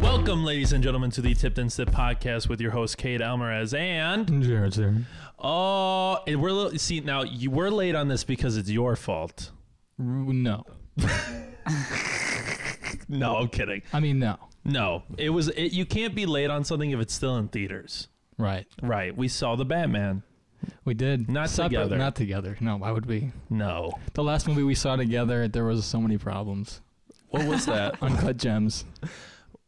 Welcome, ladies and gentlemen, to the Tipped and Sip podcast with your host Kate Almaraz and Jared's there. oh, and we're li- see now you were late on this because it's your fault. No, No, I'm kidding. I mean no. No, it was it, you can't be late on something if it's still in theaters. Right, Right? We saw the Batman. we did Not together. Not together. No, why would we? No, The last movie we saw together, there was so many problems. what was that? Uncut Gems.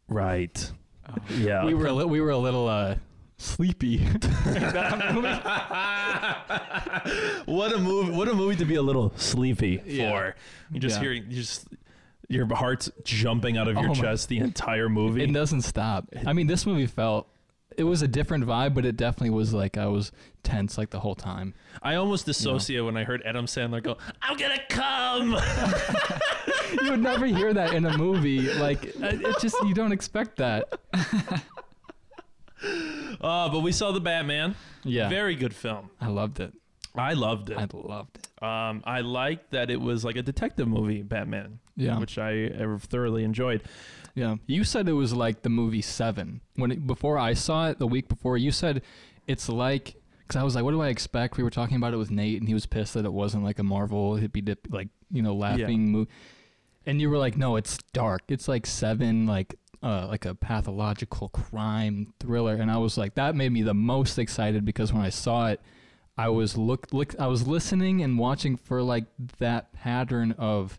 right. Yeah. Oh. We were a li- we were a little uh, sleepy. what a movie! What a movie to be a little sleepy Yeah. for. You're just Yeah. hearing, you just your heart's jumping out of Oh your my- chest the entire movie. it doesn't stop. I mean, this movie felt. It was a different vibe, but it definitely was like I was tense like the whole time. I almost dissociate when I heard Adam Sandler go, "I'm gonna come." You would never hear that in a movie. Like it it just you don't expect that. Uh, but we saw the Batman. Yeah, Very good film. I loved it. I loved it. I loved it. Um, I liked that it was like a detective movie, Batman, Yeah, which I uh, thoroughly enjoyed. Yeah. You said it was like the movie Seven when it, before I saw it the week before. You said it's like because I was like, what do I expect? We were talking about it with Nate, and he was pissed that it wasn't like a Marvel hippie dip, like you know, laughing movie. And you were like, no, it's dark. It's like Seven, like uh, like a pathological crime thriller. And I was like, that made me the most excited because when I saw it. I was look, look I was listening and watching for like that pattern of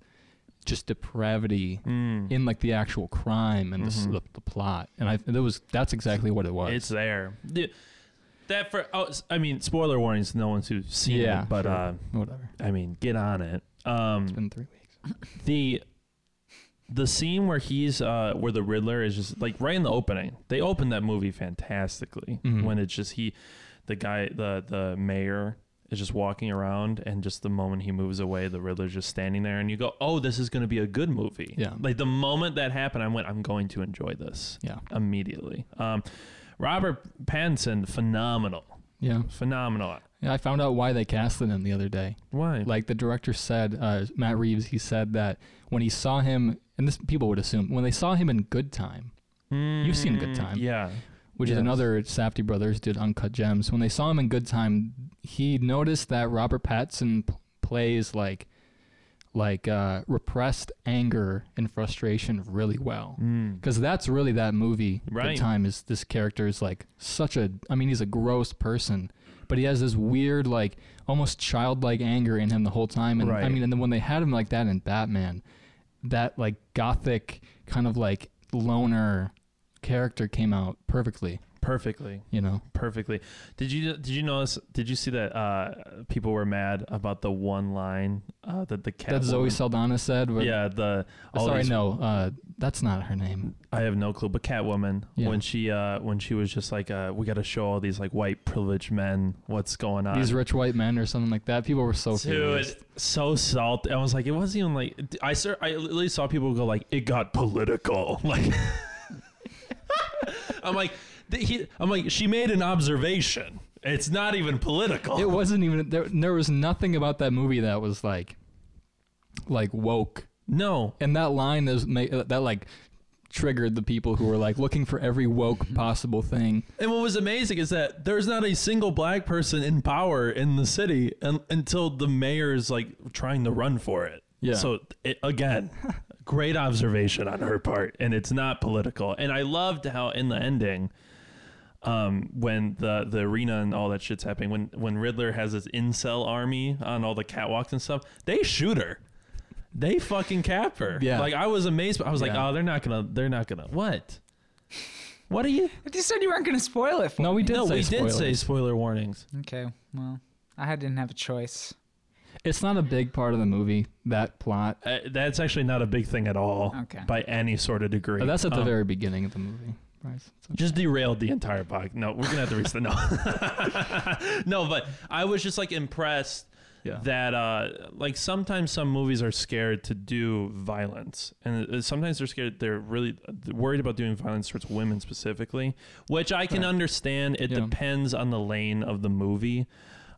just depravity Mm. in like the actual crime and the s Mhm. the, the plot. And I that was that's exactly what it was. It's there. The- that for oh, s- I mean, spoiler warnings. to No one's who's seen Yeah, it, but sure. uh, whatever. I mean, get on it. Um, It's been three weeks. the the scene where he's uh where the Riddler is just like right in the opening. They opened that movie fantastically Mhm. when it's just he the guy the the mayor is just walking around and just the moment he moves away the Riddler's just standing there and you go, "Oh, this is going to be a good movie." Yeah. Like the moment that happened, I went, "I'm going to enjoy this." Yeah. Immediately. Um Robert Pattinson phenomenal. Yeah. Phenomenal. yeah. I found out why they casted him the other day. Why? Like the director said, uh, Matt Reeves, he said that when he saw him, and this people would assume when they saw him in Good Time, you've seen Good Mm, Time. Yeah. which Yes. is another Safety brothers did Uncut Gems. When they saw him in Good Time, he noticed that Robert Pattinson p- plays like like uh, repressed anger and frustration really well. Mm. Because that's really that movie. Right. Good Time is this character is like such a. I mean, he's a gross person, but he has this weird, like almost childlike anger in him the whole time. And I Right. mean, and then when they had him like that in Batman, that like gothic kind of like loner character came out perfectly. Perfectly. You know. perfectly. Did you did you notice? Did you see that uh, people were mad about the one line uh, that the cat? That Zoe woman- Saldana said. Where, Yeah, the all Sorry, these- no. Uh, that's not her name. I have no clue. But Catwoman, Yeah. when she uh, when she was just like, uh, we got to show all these like white privileged men what's going on. These rich white men or something like that. People were so furious. Uh, Dude, so salty. I was like, it wasn't even like I sir. I literally saw people go like, it got political. Like, I'm like, th- he, I'm like, she made an observation. It's not even political. It wasn't even there. There was nothing about that movie that was like, like woke. no, And that line is ma- uh, that like triggered the people who were like looking for every woke possible thing. And what was amazing is that there's not a single black person in power in the city un- until the mayor is like trying to run for it. Yeah. So it, again, great observation on her part, and it's not political. And I loved how in the ending, um, when the the arena and all that shit's happening, when when Riddler has his incel army on all the catwalks and stuff, they shoot her. They fucking cap her. Yeah. Like I was amazed. but I was like, Yeah. oh, they're not gonna, they're not gonna. What? What are you? But you said you weren't going to spoil it for No, me. we did. no, say we did spoilers. say spoiler warnings. Okay, well, I didn't have a choice. It's not a big part of the movie that plot. Uh, that's actually not a big thing at all, Okay. by any sort of degree. But Oh, that's at the Um, very beginning of the movie. Right. Just derailed the entire podcast. No, we're gonna have to reset. No, no, but I was just like impressed Yeah. that uh, like sometimes some movies are scared to do violence, and uh, sometimes they're scared they're really worried about doing violence towards women specifically, which I can Right. understand. It Yeah. depends on the lane of the movie.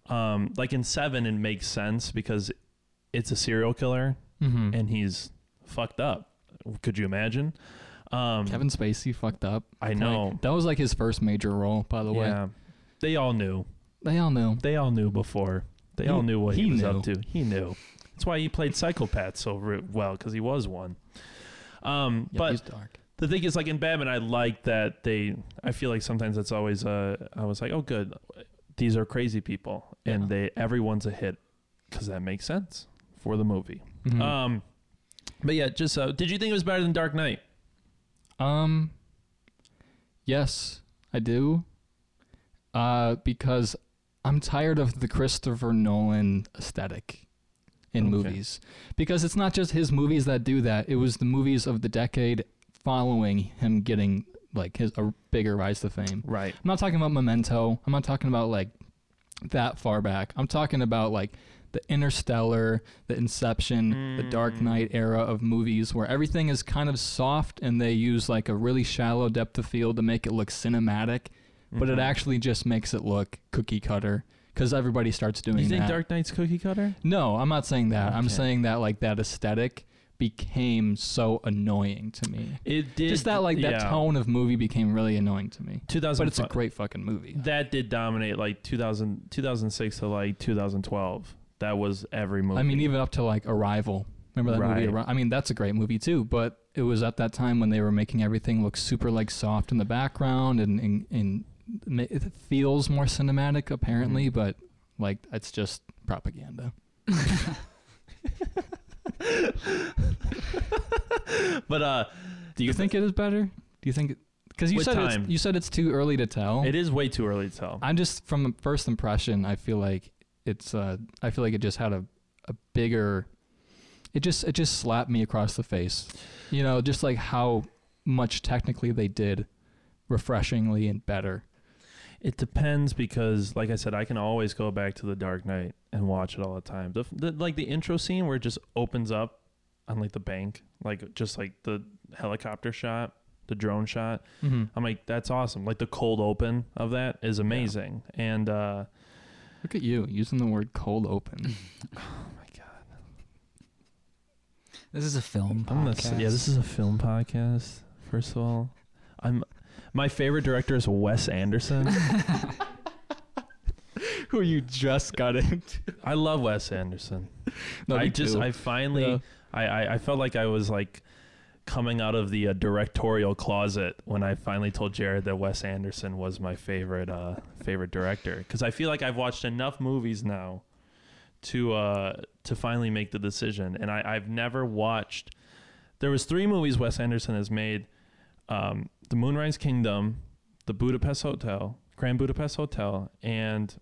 Um, like in Seven, it makes sense because it's a serial killer Mm-hmm. and he's fucked up. Could you imagine? Um, Kevin Spacey fucked up. I Like, know. that was like his first major role, by the way. yeah, they all knew. They all knew. They all knew before. They He- all knew what he, he was knew. up to. He knew. That's why he played psychopath so re- well because he was one. Um, Yeah, but he's dark. the thing is, like in Batman, I like that they. I feel like sometimes that's always. Uh, I was like, oh, good. These are crazy people, Yeah. and they everyone's a hit because that makes sense for the movie. Mhm. Um, but yeah, just uh, did you think it was better than Dark Knight? Um Yes, I do. Uh because I'm tired of the Christopher Nolan aesthetic in Okay. movies. Because it's not just his movies that do that. It was the movies of the decade following him getting like his a bigger rise to fame. Right. I'm not talking about Memento. I'm not talking about like that far back. I'm talking about like the Interstellar, the Inception, the Mm. Dark Knight era of movies where everything is kind of soft and they use like a really shallow depth of field to make it look cinematic, but Mm-hmm. it actually just makes it look cookie cutter because everybody starts doing You think that. Dark Knight's cookie cutter? no, I'm not saying that. I'm Okay. saying that like that aesthetic became so annoying to me. It did. Just that like that yeah. tone of movie became really annoying to me. But it's a 2005 great fucking movie. that did dominate like 2000, 2006 to like 2012. That was every movie. I mean, even up to like Arrival. Remember that movie? Right. Arri- I mean, that's a great movie too. But it was at that time when they were making everything look super like soft in the background and and, and ma- it feels more cinematic apparently. Mm-hmm. But like, it's just propaganda. but uh, Do you think it is better? Do you think? Because you With said it's, time. you said it's too early to tell. it is way too early to tell. I'm just from a first impression. I feel like it's. Uh, I feel like it just had a, a bigger. It just it just slapped me across the face, you know, just like how much technically they did, refreshingly and better. It depends because, like I said, I can always go back to The Dark Knight and watch it all the time. The, the like the intro scene where it just opens up on like the bank, like just like the helicopter shot, the drone shot. Mm-hmm. I'm like, that's awesome. Like the cold open of that is amazing. And uh, Look at you using the word cold open. This is a film I'm gonna s- podcast. yeah, this is a film podcast. First of all, I'm my favorite director is Wes Anderson. Who you just got into? I love Wes Anderson. No, I me just too. I finally Yeah. I, I I felt like I was like coming out of the uh, directorial closet when I finally told Jared that Wes Anderson was my favorite uh favorite director because I feel like I've watched enough movies now to uh to finally make the decision and I I've never watched there was three movies Wes Anderson has made um The Moonrise Kingdom, The Budapest Hotel, Grand Budapest Hotel and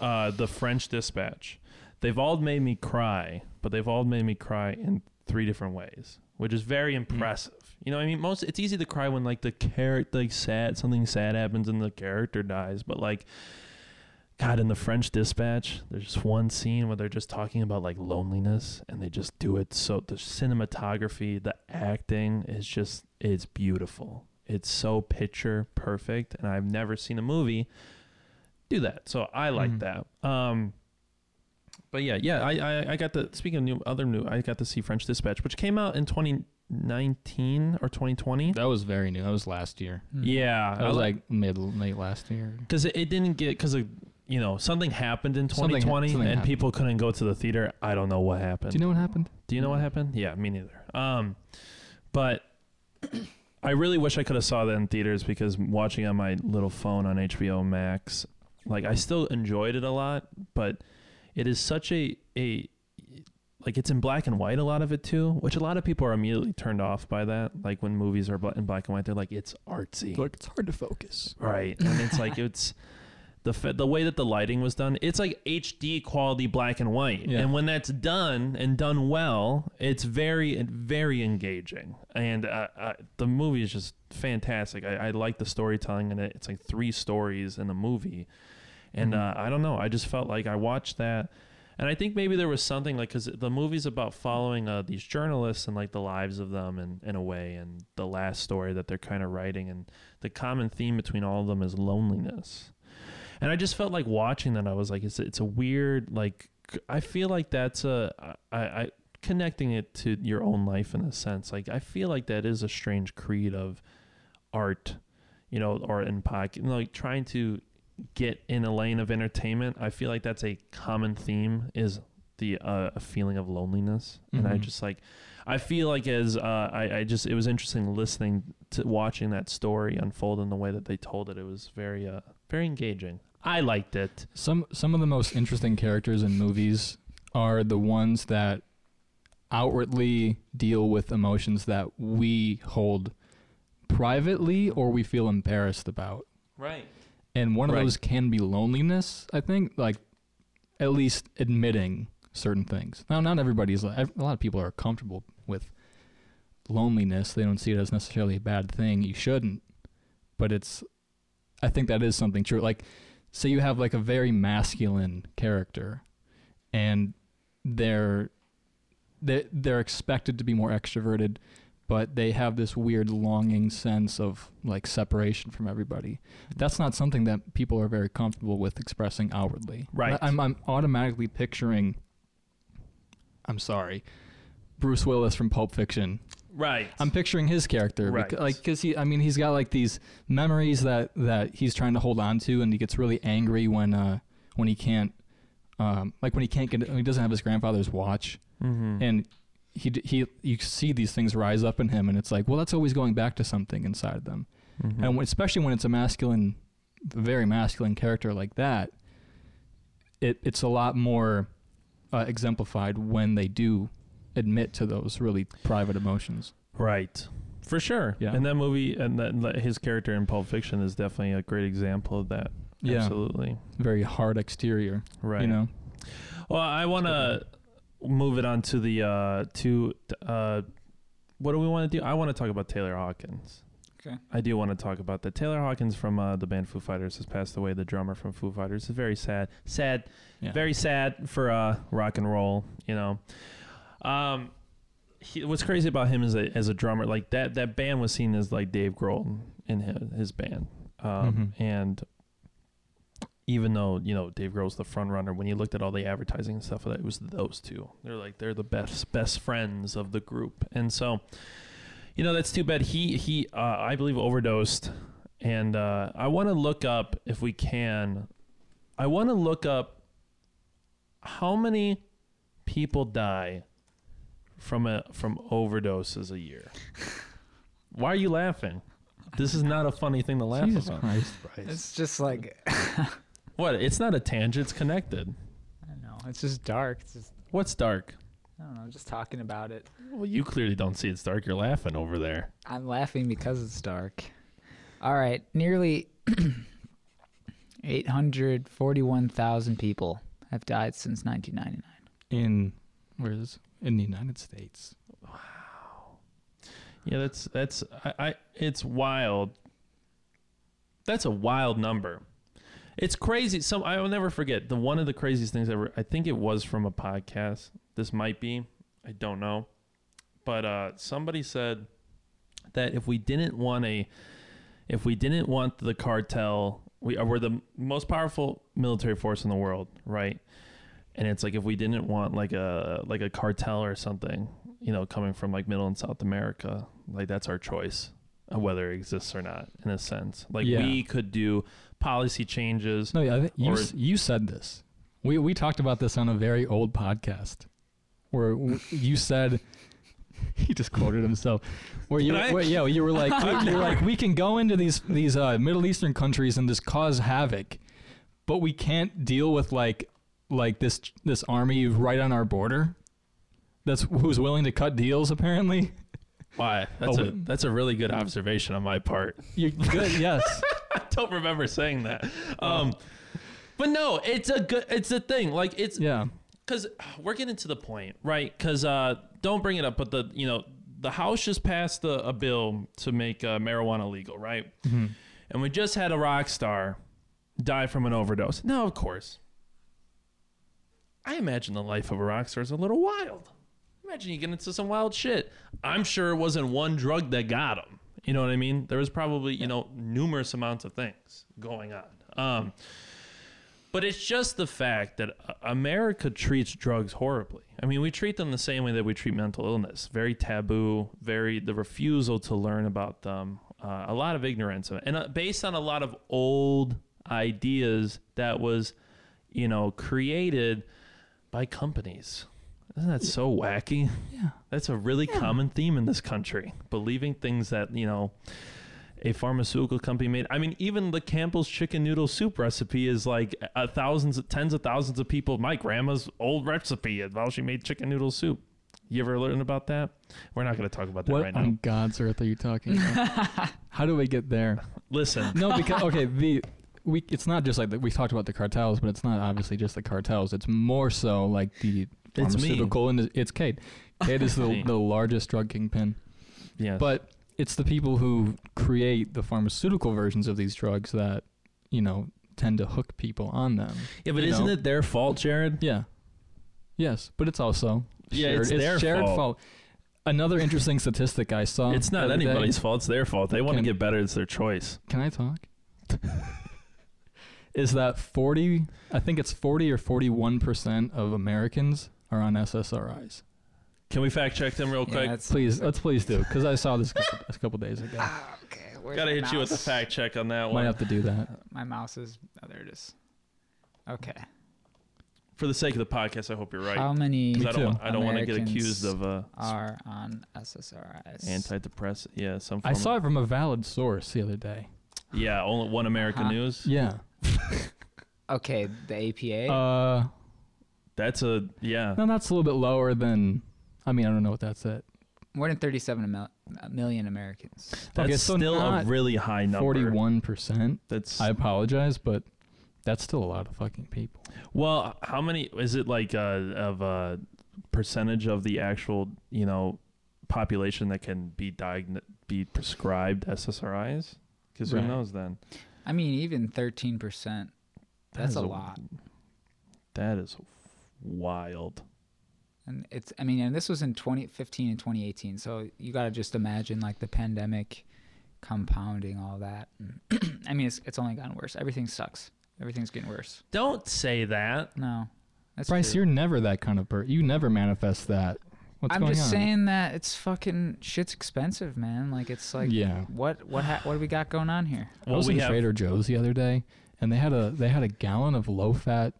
uh, The French Dispatch. They've all made me cry, but they've all made me cry in three different ways, which is very impressive. You know, what I mean, most it's easy to cry when like the character, like sad, something sad happens and the character dies, but like. God, in the French Dispatch, there's just one scene where they're just talking about like loneliness, and they just do it so the cinematography, the acting is just it's beautiful. It's so picture perfect, and I've never seen a movie do that. So I like Mhm. that. Um, but yeah, yeah, I, I I got the speaking of new other new, I got to see French Dispatch, which came out in 2019 or 2020. that was very new. That was last year. Hmm. Yeah, That was like mid late last year. because it, it didn't get because you know something happened in Something hap- 2020 something and happened. people couldn't go to the theater. I don't know what happened. Do you know what happened? Do you know what happened? Yeah, me neither. Um, but I really wish I could have saw that in theaters because watching on my little phone on HBO Max, like I still enjoyed it a lot, but it is such a a like it's in black and white a lot of it too, which a lot of people are immediately turned off by that. Like when movies are bla- in black and white, they're like it's artsy Look, it's hard to focus. right and it's like it's the fa- the way that the lighting was done it's like hd quality black and white Yeah. and when that's done and done well it's very very engaging and uh, uh, the movie is just fantastic i, I like the storytelling in it it's like three stories in the movie and uh, i don't know i just felt like i watched that And I think maybe there was something like because the movie's about following uh, these journalists and like the lives of them and in a way, and the last story that they're kind of writing, and the common theme between all of them is loneliness. And I just felt like watching that. I was like, it's it's a weird like I feel like that's a I, I connecting it to your own life in a sense. Like I feel like that is a strange creed of art, you know, or in pocket like trying to get in a lane of entertainment. I feel like that's a common theme is the uh, a feeling of loneliness, and I Mhm. just like I feel like as uh, I I just it was interesting listening to watching that story unfold in the way that they told it. It was very uh very engaging. I liked it. Some some of the most interesting characters in movies are the ones that outwardly deal with emotions that we hold privately or we feel embarrassed about. Right. And one of Right. those can be loneliness, I think, like at least admitting certain things. Now not everybody's like a lot of people are comfortable with loneliness. They don't see it as necessarily a bad thing. You shouldn't. But it's I think that is something true. Like say you have like a very masculine character and they're they they're expected to be more extroverted but they have this weird longing sense of like separation from everybody that's not something that people are very comfortable with expressing outwardly Right. I- i'm, I'm automatically picturing i'm sorry bruce willis from pulp fiction Right. I'm picturing his character, Right. becau- like because he, I mean, he's got like these memories that that he's trying to hold on to, and he gets really angry when uh when he can't, um, like when he can't get, when he doesn't have his grandfather's watch, mm-hmm. and he d- he you see these things rise up in him, and it's like, well, that's always going back to something inside of them, Mm-hmm. and when, especially when it's a masculine, very masculine character like that, it it's a lot more uh, exemplified when they do admit to those really private emotions. Right. For sure. Yeah. And that movie and that his character in Pulp Fiction is definitely a great example of that. Absolutely. very hard exterior. Right. You know, Well, I want to move it on to the uh to uh what do we want to do? I want to talk about Taylor Hawkins. Okay. I do want to talk about that. Taylor Hawkins from uh, the band Foo Fighters has passed away. The drummer from Foo Fighters is very sad. Sad Yeah. very sad for uh, rock and roll. You know, um, he, what's crazy about him is a, as a drummer, like that that band was seen as like Dave Grohl in his, his band, um, Mhm. and even though you know Dave Grohl's the front runner, when you looked at all the advertising and stuff, it was those two. They're like they're the best best friends of the group, and so you know that's too bad. He he uh, I believe overdosed, and uh, I want to look up if we can. I want to look up how many people die from a from overdoses a year? Why are you laughing? This is not a funny thing to laugh Jesus about. Christ. It's just like What? It's not a tangent. It's connected. I don't know. It's just dark. It's just What's dark? I don't know. Just talking about it. Well, you clearly don't see it's dark. You're laughing over there. I'm laughing because it's dark. All right, nearly 841,000 people have died since 1999. In where is in the United States? Yeah, that's that's I, I it's wild. That's a wild number. It's crazy. Some I will never forget the one of the craziest things ever. I think it was from a podcast. This might be. I don't know, but uh, somebody said that if we didn't want a, if we didn't want the cartel, we are we're the most powerful military force in the world, right? And it's like if we didn't want like a like a cartel or something, you know, coming from like Middle and South America, like that's our choice of whether it exists or not, in a sense. Like Yeah. we could do policy changes. No, yeah, I think you Or- s- you said this. We we talked about this on a very old podcast where w- you said. He just quoted himself. Where you, Did I? where, yeah, you were like, you were like, we can go into these these uh, Middle Eastern countries and just cause havoc, but we can't deal with like like this this army right on our border. That's who's willing to cut deals apparently. Why? That's Oh, a that's a really good observation on my part. You're good. Yes. I don't remember saying that. Um, but no, it's a good. It's a thing. Like it's Yeah. because we're getting to the point, right? Because uh, don't bring it up, but the you know the House just passed a, a bill to make uh, marijuana legal, right? And we just had a rock star die from an overdose. Now, of course, I imagine the life of a rock star is a little wild. Imagine you get into some wild shit. I'm sure it wasn't one drug that got him. You know what I mean? There was probably, you know, numerous amounts of things going on. Um, but it's just the fact that uh, America treats drugs horribly. I mean, we treat them the same way that we treat mental illness. Very taboo, very the refusal to learn about them, uh, a lot of ignorance, of it. and uh, based on a lot of old ideas that was, you know, created by companies. Isn't that so wacky? Yeah. That's a really common theme in this country. Believing things that, you know, a pharmaceutical company made. I mean, even the Campbell's chicken noodle soup recipe is like a thousands, tens of thousands of people. My grandma's old recipe of how she made chicken noodle soup. You ever learn about that? We're not going to talk about that What right now. on God's earth are you talking about? How do we get there? Listen, No, because okay, the we it's not just like the, we talked about the cartels, but it's not obviously just the cartels. It's more so like the It's me. pharmaceutical and it's Cade. Cade is the, Me. the largest drug kingpin. yes. But it's the people who create the pharmaceutical versions of these drugs that, you know, tend to hook people on them. yeah, but you isn't know. it their fault, Jared? Yeah. Yes, but it's also Yeah, shared. it's their shared fault. Another interesting statistic I saw. It's not the other day- anybody's fault. It's their fault. They want to Can- get better. It's their choice. Can I talk? Is that 40, I think it's 40 or 41% of Americans are on SSRIs. Can we fact check them real Yeah, quick? that's- Please, let's please do, because I saw this a couple, a couple days ago. Ah, okay. Where's Uh, Gotta my hit you with a mouse? fact check on that Might one. have to do that. My mouse is. Oh, there it is. Okay. For the sake of the podcast, I hope you're right. How many 'Cause Me I don't, too. want- I don't want to get Americans accused of uh, are on SSRIs? antidepressant. Yeah, some. Form I saw Of, it from a valid source the other day. yeah, only one American Uh-huh. News. Yeah. okay, the APA. Uh, That's a yeah. no, that's a little bit lower than, I mean, I don't know what that's at. More than 37 mil- million Americans. That's Okay, so still a not really high number. 41%. That's I apologize, but that's still a lot of fucking people. well. How many is it like uh, of a percentage of the actual you know population that can be diagn- be prescribed SSRIs? Because Right. who knows then? I mean, even 13%. That That's is a lot. That is wild. And it's, I mean, and this was in 2015 and 2018. So you got to just imagine like the pandemic compounding all that. I mean, it's, it's only gotten worse. Everything sucks. Everything's getting worse. Don't say that. No. That's Bryce, true. you're never that kind of person. You never manifest that. What's I'm going just on? saying that it's fucking shit's expensive, man. Like it's like yeah. what what ha- what do we got going on here? I Well, was we in have Trader Joe's the other day, and they had a they had a gallon of low fat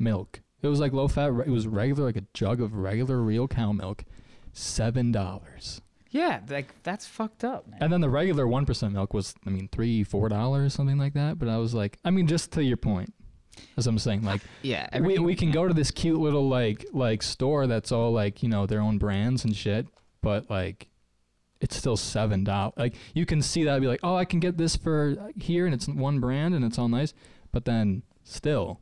milk. It was like low fat. It was regular, like a jug of regular real cow milk, seven dollars. Yeah, like that's fucked up, man. And then the regular one percent milk was, I mean, three four dollars something like that. But I was like, I mean, just to your point, as I'm saying, like yeah, we everything- we can go to this cute little like like store that's all like you know their own brands and shit, but like it's still seven dollars. Like you can see that and be like, oh, I can get this for here and it's one brand and it's all nice, but then still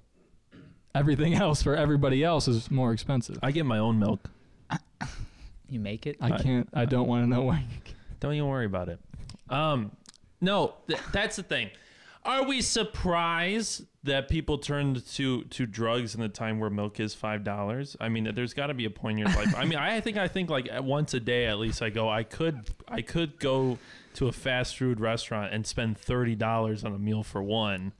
everything else for everybody else is more expensive. I get my own milk. you make it. I I- can't. I don't want to know why. Don't even worry about it. Um, no, th- that's the thing. Are we surprised that people turned to to drugs in the time where milk is five dollars? I mean, there's got to be a point in your life. I mean, I think I think like at once a day at least. I go. I could I could go to a fast food restaurant and spend thirty dollars on a meal for one,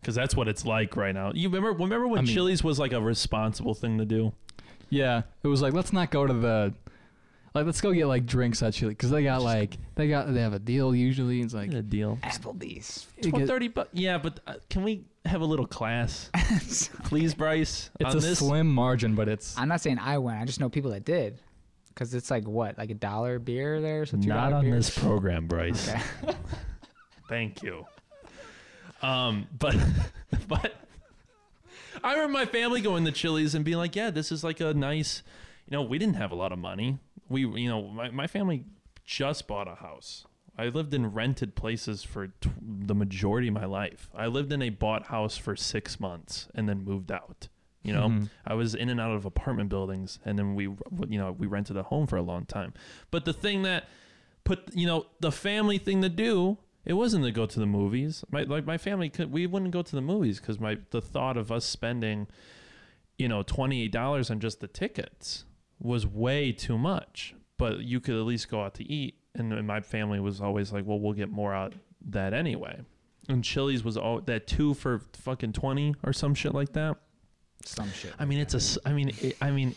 because that's what it's like right now. You remember remember when I mean- Chili's was like a responsible thing to do? Yeah, it was like let's not go to the. Like let's go get like drinks actually, because they got like they got they have a deal usually. It's like a deal. Applebee's. you get- thirty, but yeah, but uh, can we have a little class? please, Bryce. it's on a this, slim margin, but it's I'm not saying I went. I just know people that did, because it's like what, like a dollar beer there, so two not dollar on beer. this program, Bryce. Okay. Thank you. Um, but but I remember my family going to Chili's and being like, yeah, this is like a nice. You know, we didn't have a lot of money. We, you know, my, my family just bought a house. I lived in rented places for t- the majority of my life. I lived in a bought house for six months and then moved out. You know, Mhm. I was in and out of apartment buildings, and then we, you know, we rented a home for a long time. But the thing that put, you know, the family thing to do, it wasn't to go to the movies. My like my family could, we wouldn't go to the movies because my the thought of us spending you know, $28 on just the tickets was way too much. But you could at least go out to eat. And then my family was always like, well, we'll get more out that anyway. And Chili's was all that two for fucking 20 or some shit like that. Some shit. I mean, it's a, s- I mean, it, I mean,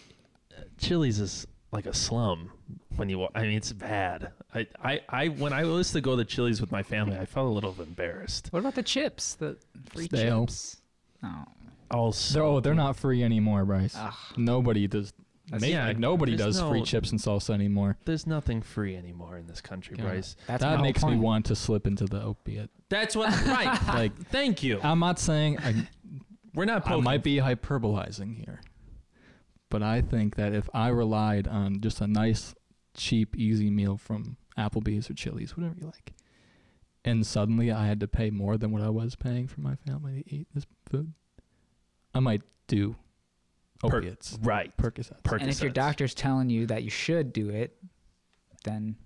uh, Chili's is like a slum when you, wa- I mean, it's bad. I, I, I, when I used to go to Chili's with my family, I felt a little embarrassed. What about the chips? The free Stale. chips. Oh, Also, They're, oh, they're not free anymore, Bryce. Ugh. Nobody does. That's- Maybe, Yeah, like, nobody there's does free no- chips and salsa anymore. there's nothing free anymore in this country, God. Bryce. that's my that whole makes me point. want to slip into the opiate. That's what, right. Like, Thank you. I'm not saying I, We're not I poking. might be hyperbolizing here, but I think that if I relied on just a nice, cheap, easy meal from Applebee's or Chili's, whatever you like, and suddenly I had to pay more than what I was paying for my family to eat this food, I might do Per- opiates, right. Percocets. Per- And if your Percocets. doctor's telling you that you should do it, then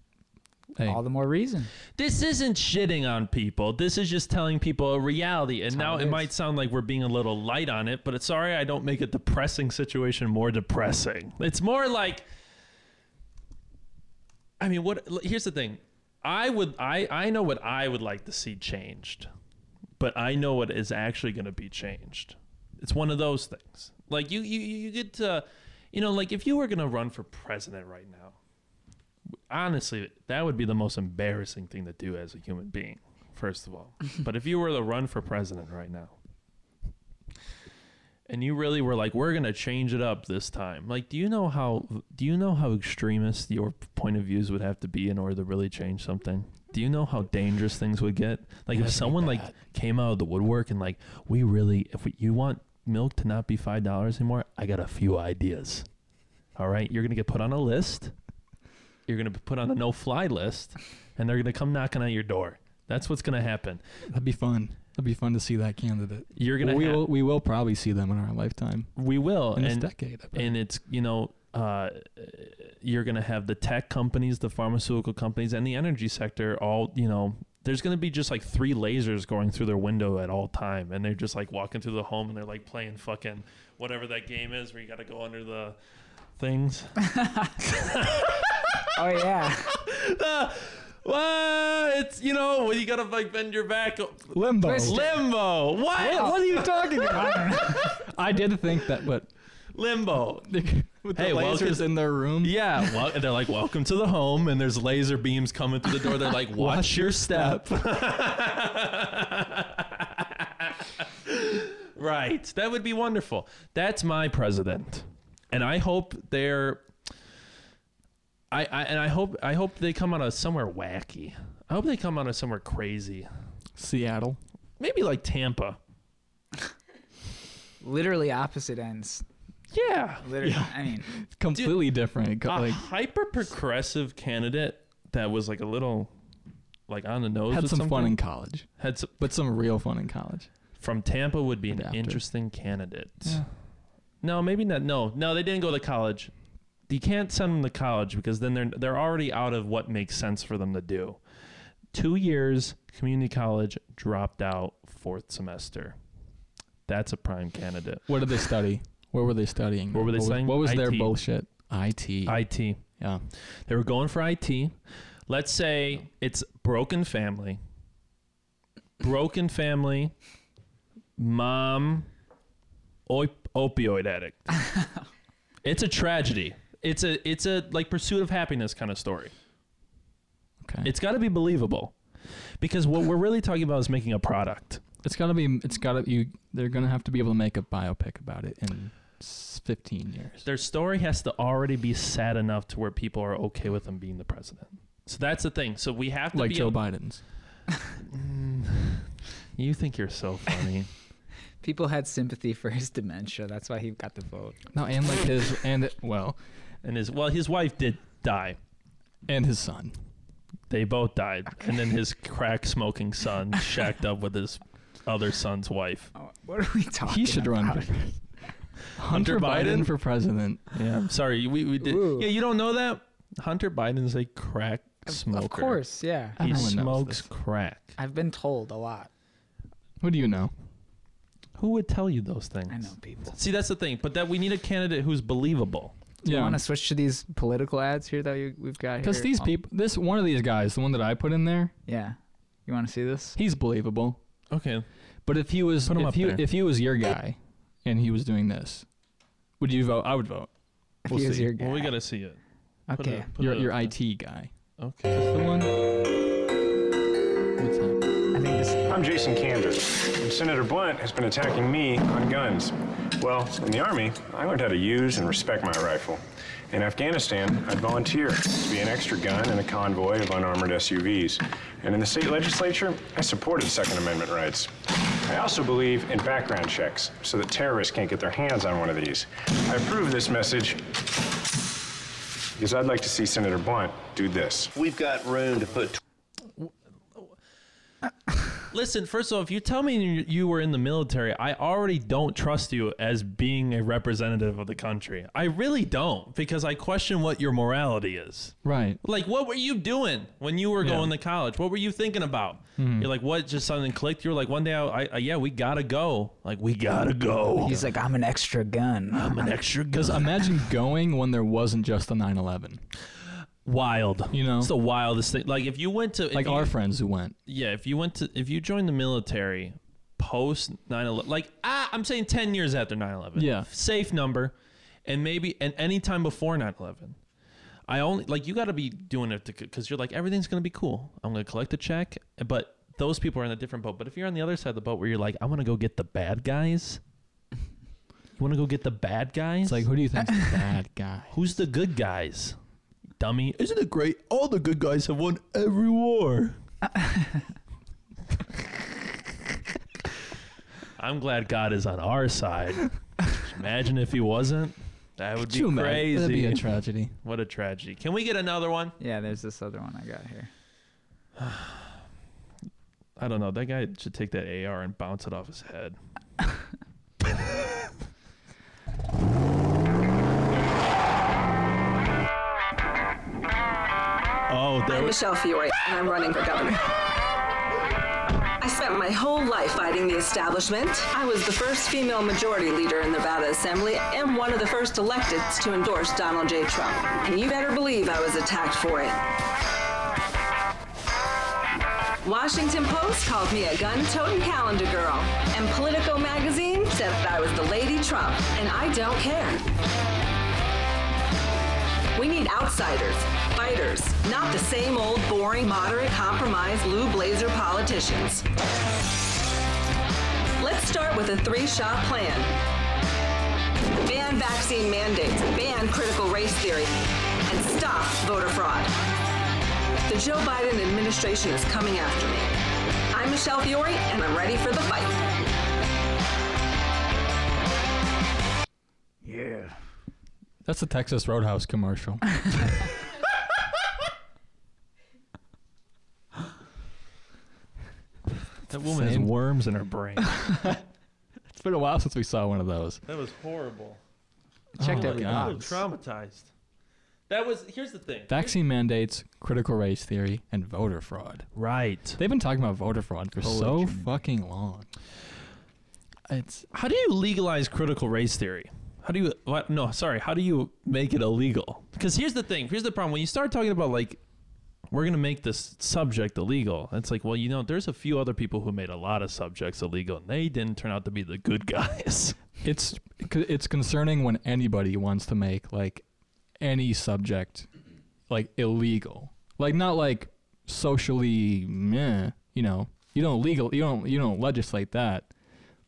Hey, all the more reason. This isn't shitting on people. This is just telling people a reality. And That's how now it it is. might sound like we're being a little light on it, but it's sorry I don't make a depressing situation more depressing. It's more like I mean, what l- here's the thing. I would I I know what I would like to see changed. But I know what is actually going to be changed. It's one of those things. Like you you you you get to you know, like if you were going to run for president right now, honestly, that would be the most embarrassing thing to do as a human being, first of all. but if you were to run for president right now, and you really were like, we're gonna change it up this time. Like, do you know how do you know how extremist your point of views would have to be in order to really change something? Do you know how dangerous things would get? Like, if That'd be someone like bad. came out of the woodwork and like, we really, if we, you want milk to not be five dollars anymore, I got a few ideas. All right, you're gonna get put on a list. You're gonna be put on a no-fly list, and they're gonna come knocking on your door. That's what's gonna happen. that'd be fun. That'd be fun to see that candidate. You're gonna. we ha- will. We will probably see them in our lifetime. we will. In this and decade, I bet. and it's you know uh, you're going to have the tech companies the pharmaceutical companies and the energy sector all you know there's going to be just like three lasers going through their window at all time and they're just like walking through the home and they're like playing fucking whatever that game is where you got to go under the things Oh yeah. well it's you know when you got to like bend your back limbo. Twist. limbo what What are you talking I don't know. I did think that, but limbo with Hey, the welcome- lasers in their room. yeah, well, and they're like, "Welcome to the home," and there's laser beams coming through the door. They're like, "Watch, Watch your step." right, that would be wonderful. That's my president, and I hope they're. I, I and I hope I hope they come out of somewhere wacky. I hope they come out of somewhere crazy. Seattle. Maybe like Tampa. Literally opposite ends. Yeah, Literally. I mean, Completely different. Co- a like hyper progressive candidate that was like a little, like on the nose. had with some fun something. in college, Had some, but some real fun in college. from Tampa would be an Adapter. interesting candidate. No, maybe not. No, no, they didn't go to college. You can't send them to college because then they're they're already out of what makes sense for them to do. Two years community college dropped out fourth semester. That's a prime candidate. What did they study? Where were they studying? What were they was- studying? What was their IT. bullshit? IT. IT. yeah. They were going for IT. Let's say it's broken family. Broken family. Mom op- opioid addict. it's a tragedy. It's a it's a like pursuit of happiness kind of story. Okay. It's got to be believable. Because what we're really talking about is making a product. it's gotta be. It's gotta. You. They're gonna have to be able to make a biopic about it in s- fifteen years. Their story has to already be sad enough to where people are okay with them being the president. So that's the thing. So we have to Like be Joe Biden's. Mm, you think you're so funny. people had sympathy for his dementia. That's why he got the vote. No, and like his and it, well, and his well his wife did die and his son. they both died and then his crack smoking son shacked up with his other son's wife Oh, what are we talking? He should run. about? For, Hunter Biden? Biden for president. yeah i'm sorry we, we did Ooh. yeah you don't know that hunter biden's a crack smoker Of course, yeah. he Everyone knows smokes this. crack I've been told a lot. Who do you know? Who would tell you those things? I know people. See, that's the thing. But that we need a candidate who's believable. Do you Yeah. want to switch to these political ads here that you, we've got here? Because these Oh, people, this one of these guys, the one that I put in there, Yeah. You want to see this? he's believable. Okay. But if he was, Put him if up he, there. if he was your guy, and he was doing this, would you vote? I would vote. If We'll he was see. your Well, we guy. gotta see it. Put Okay. it- put Your it your up there. IT guy. Okay. That's the one. What's that? I think this. I'm Jason Kander, and Senator Blunt has been attacking me on guns. Well, in the Army, I learned how to use and respect my rifle. In Afghanistan, I'd volunteer to be an extra gun in a convoy of unarmored SUVs. And in the state legislature, I supported Second Amendment rights. I also believe in background checks so that terrorists can't get their hands on one of these. I approve this message because I'd like to see Senator Blunt do this. We've got room to put Listen, first of all, if you tell me you- you were in the military, I already don't trust you as being a representative of the country. I really don't because I question what your morality is. Right. Like, what were you doing when you were Yeah. Hmm. going to college? What were you thinking about? You're like, what? Just something clicked. You're like, one day, I, I yeah, we gotta go. Like, we gotta go. He's like, I'm an extra gun. I'm an extra Because gun. imagine going when there wasn't just a 9/11. Wild. You know? it's the wildest thing. Like, if you went to if Like you- our friends who went. yeah, if you went to if you joined the military post 9/11 like ah I'm saying 10 years after 9/11. Yeah. Safe number and maybe and any time before 9/11. I only like you got to be doing it cuz you're like everything's going to be cool. I'm going to collect a check, but those people are in a different boat. But if you're on the other side of the boat where you're like I want to go get the bad guys? You want to go get the bad guys? It's like, who do you think's the bad guy? who's the good guys? Dummy. Isn't it great all the good guys have won every war? I'm glad God is on our side. Imagine if he wasn't. That would be Too mad. crazy. That'd be a tragedy. what a tragedy. Can we get another one? Yeah, there's this other one I got here. I don't know. That guy should take that AR and bounce it off his head. oh, there I'm was. Michelle Fiore, and I'm running for governor. I spent my whole life fighting the establishment. I was the first female majority leader in the Nevada Assembly and one of the first electeds to endorse Donald J. Trump. And you better believe I was attacked for it. Washington Post called me a gun-toting calendar girl, and Politico magazine said that I was the Lady Trump, and I don't care. We need outsiders, fighters, not the same old boring, moderate, compromise, blue blazer politicians. Let's start with a three shot plan ban vaccine mandates, ban critical race theory, and stop voter fraud. The Joe Biden administration is coming after me. I'm Michelle Fiore, and I'm ready for the fight. Yeah. That's a Texas Roadhouse commercial. That woman Same. has worms in her brain. it's been a while since we saw one of those. That was horrible. Oh Checked my every God. I'm box. traumatized. That was. Here's the thing. Vaccine mandates, critical race theory, and voter fraud. Right. They've been talking about voter fraud for so fucking long. It's How do you legalize critical race theory? How do you? What, no, sorry. How do you make it illegal? Because here's the thing. Here's the problem. When you start talking about like, we're gonna make this subject illegal. It's like, well, you know, there's a few other people who made a lot of subjects illegal, and they didn't turn out to be the good guys. it's it's concerning when anybody wants to make like any subject like illegal. Like not like socially meh, you know. You don't legal you don't you don't legislate that.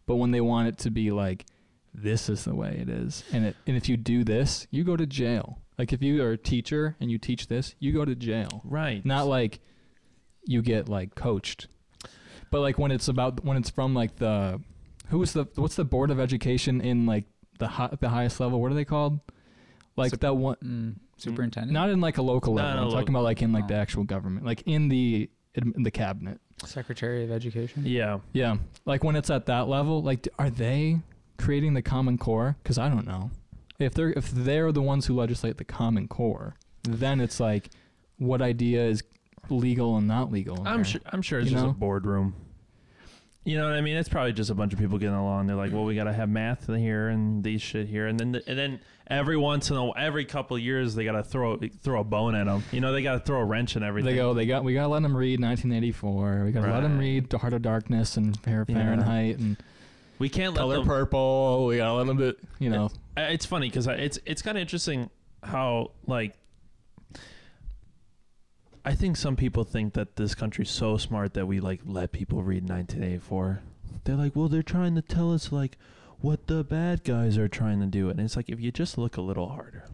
But when they want it to be like this is the way it is and it and if you do this, you go to jail. Like if you are a teacher and you teach this, you go to jail. Right. Not like you get like coached. But like when it's about when it's from like the who is the what's the board of education in like the hi, the highest level? What are they called? Like that one Superintendent. not in like a local mm-hmm. Not level. in I'm a talking local- Oh. about like in like the actual government, like in the in the cabinet. Secretary of Education. Yeah. Yeah, like when it's at that level, like d- are they creating the Common Core? Because I don't know if they're if they're the ones who legislate the Common Core, then it's like what idea is legal and not legal. in I'm there? sure. I'm sure it's You just know? a boardroom. You know what I mean? It's probably just a bunch of people getting along. They're like, "Well, we got to have math here and these shit here," and then and then every once in a every couple of years they got to throw throw a bone at them. You know, they got to throw a wrench and everything. They go. They got. We gotta let them read 1984. We gotta let 'em let them Right. read The Heart of Darkness and Fair- Fahrenheit and we can't let Color them. Purple. We gotta let them. Do, you know. Uh, it's funny because it's it's kind of interesting how like I think some people think that this country's so smart that we like let people read 1984. They're like, well, they're trying to tell us like what the bad guys are trying to do, and it's like if you just look a little harder,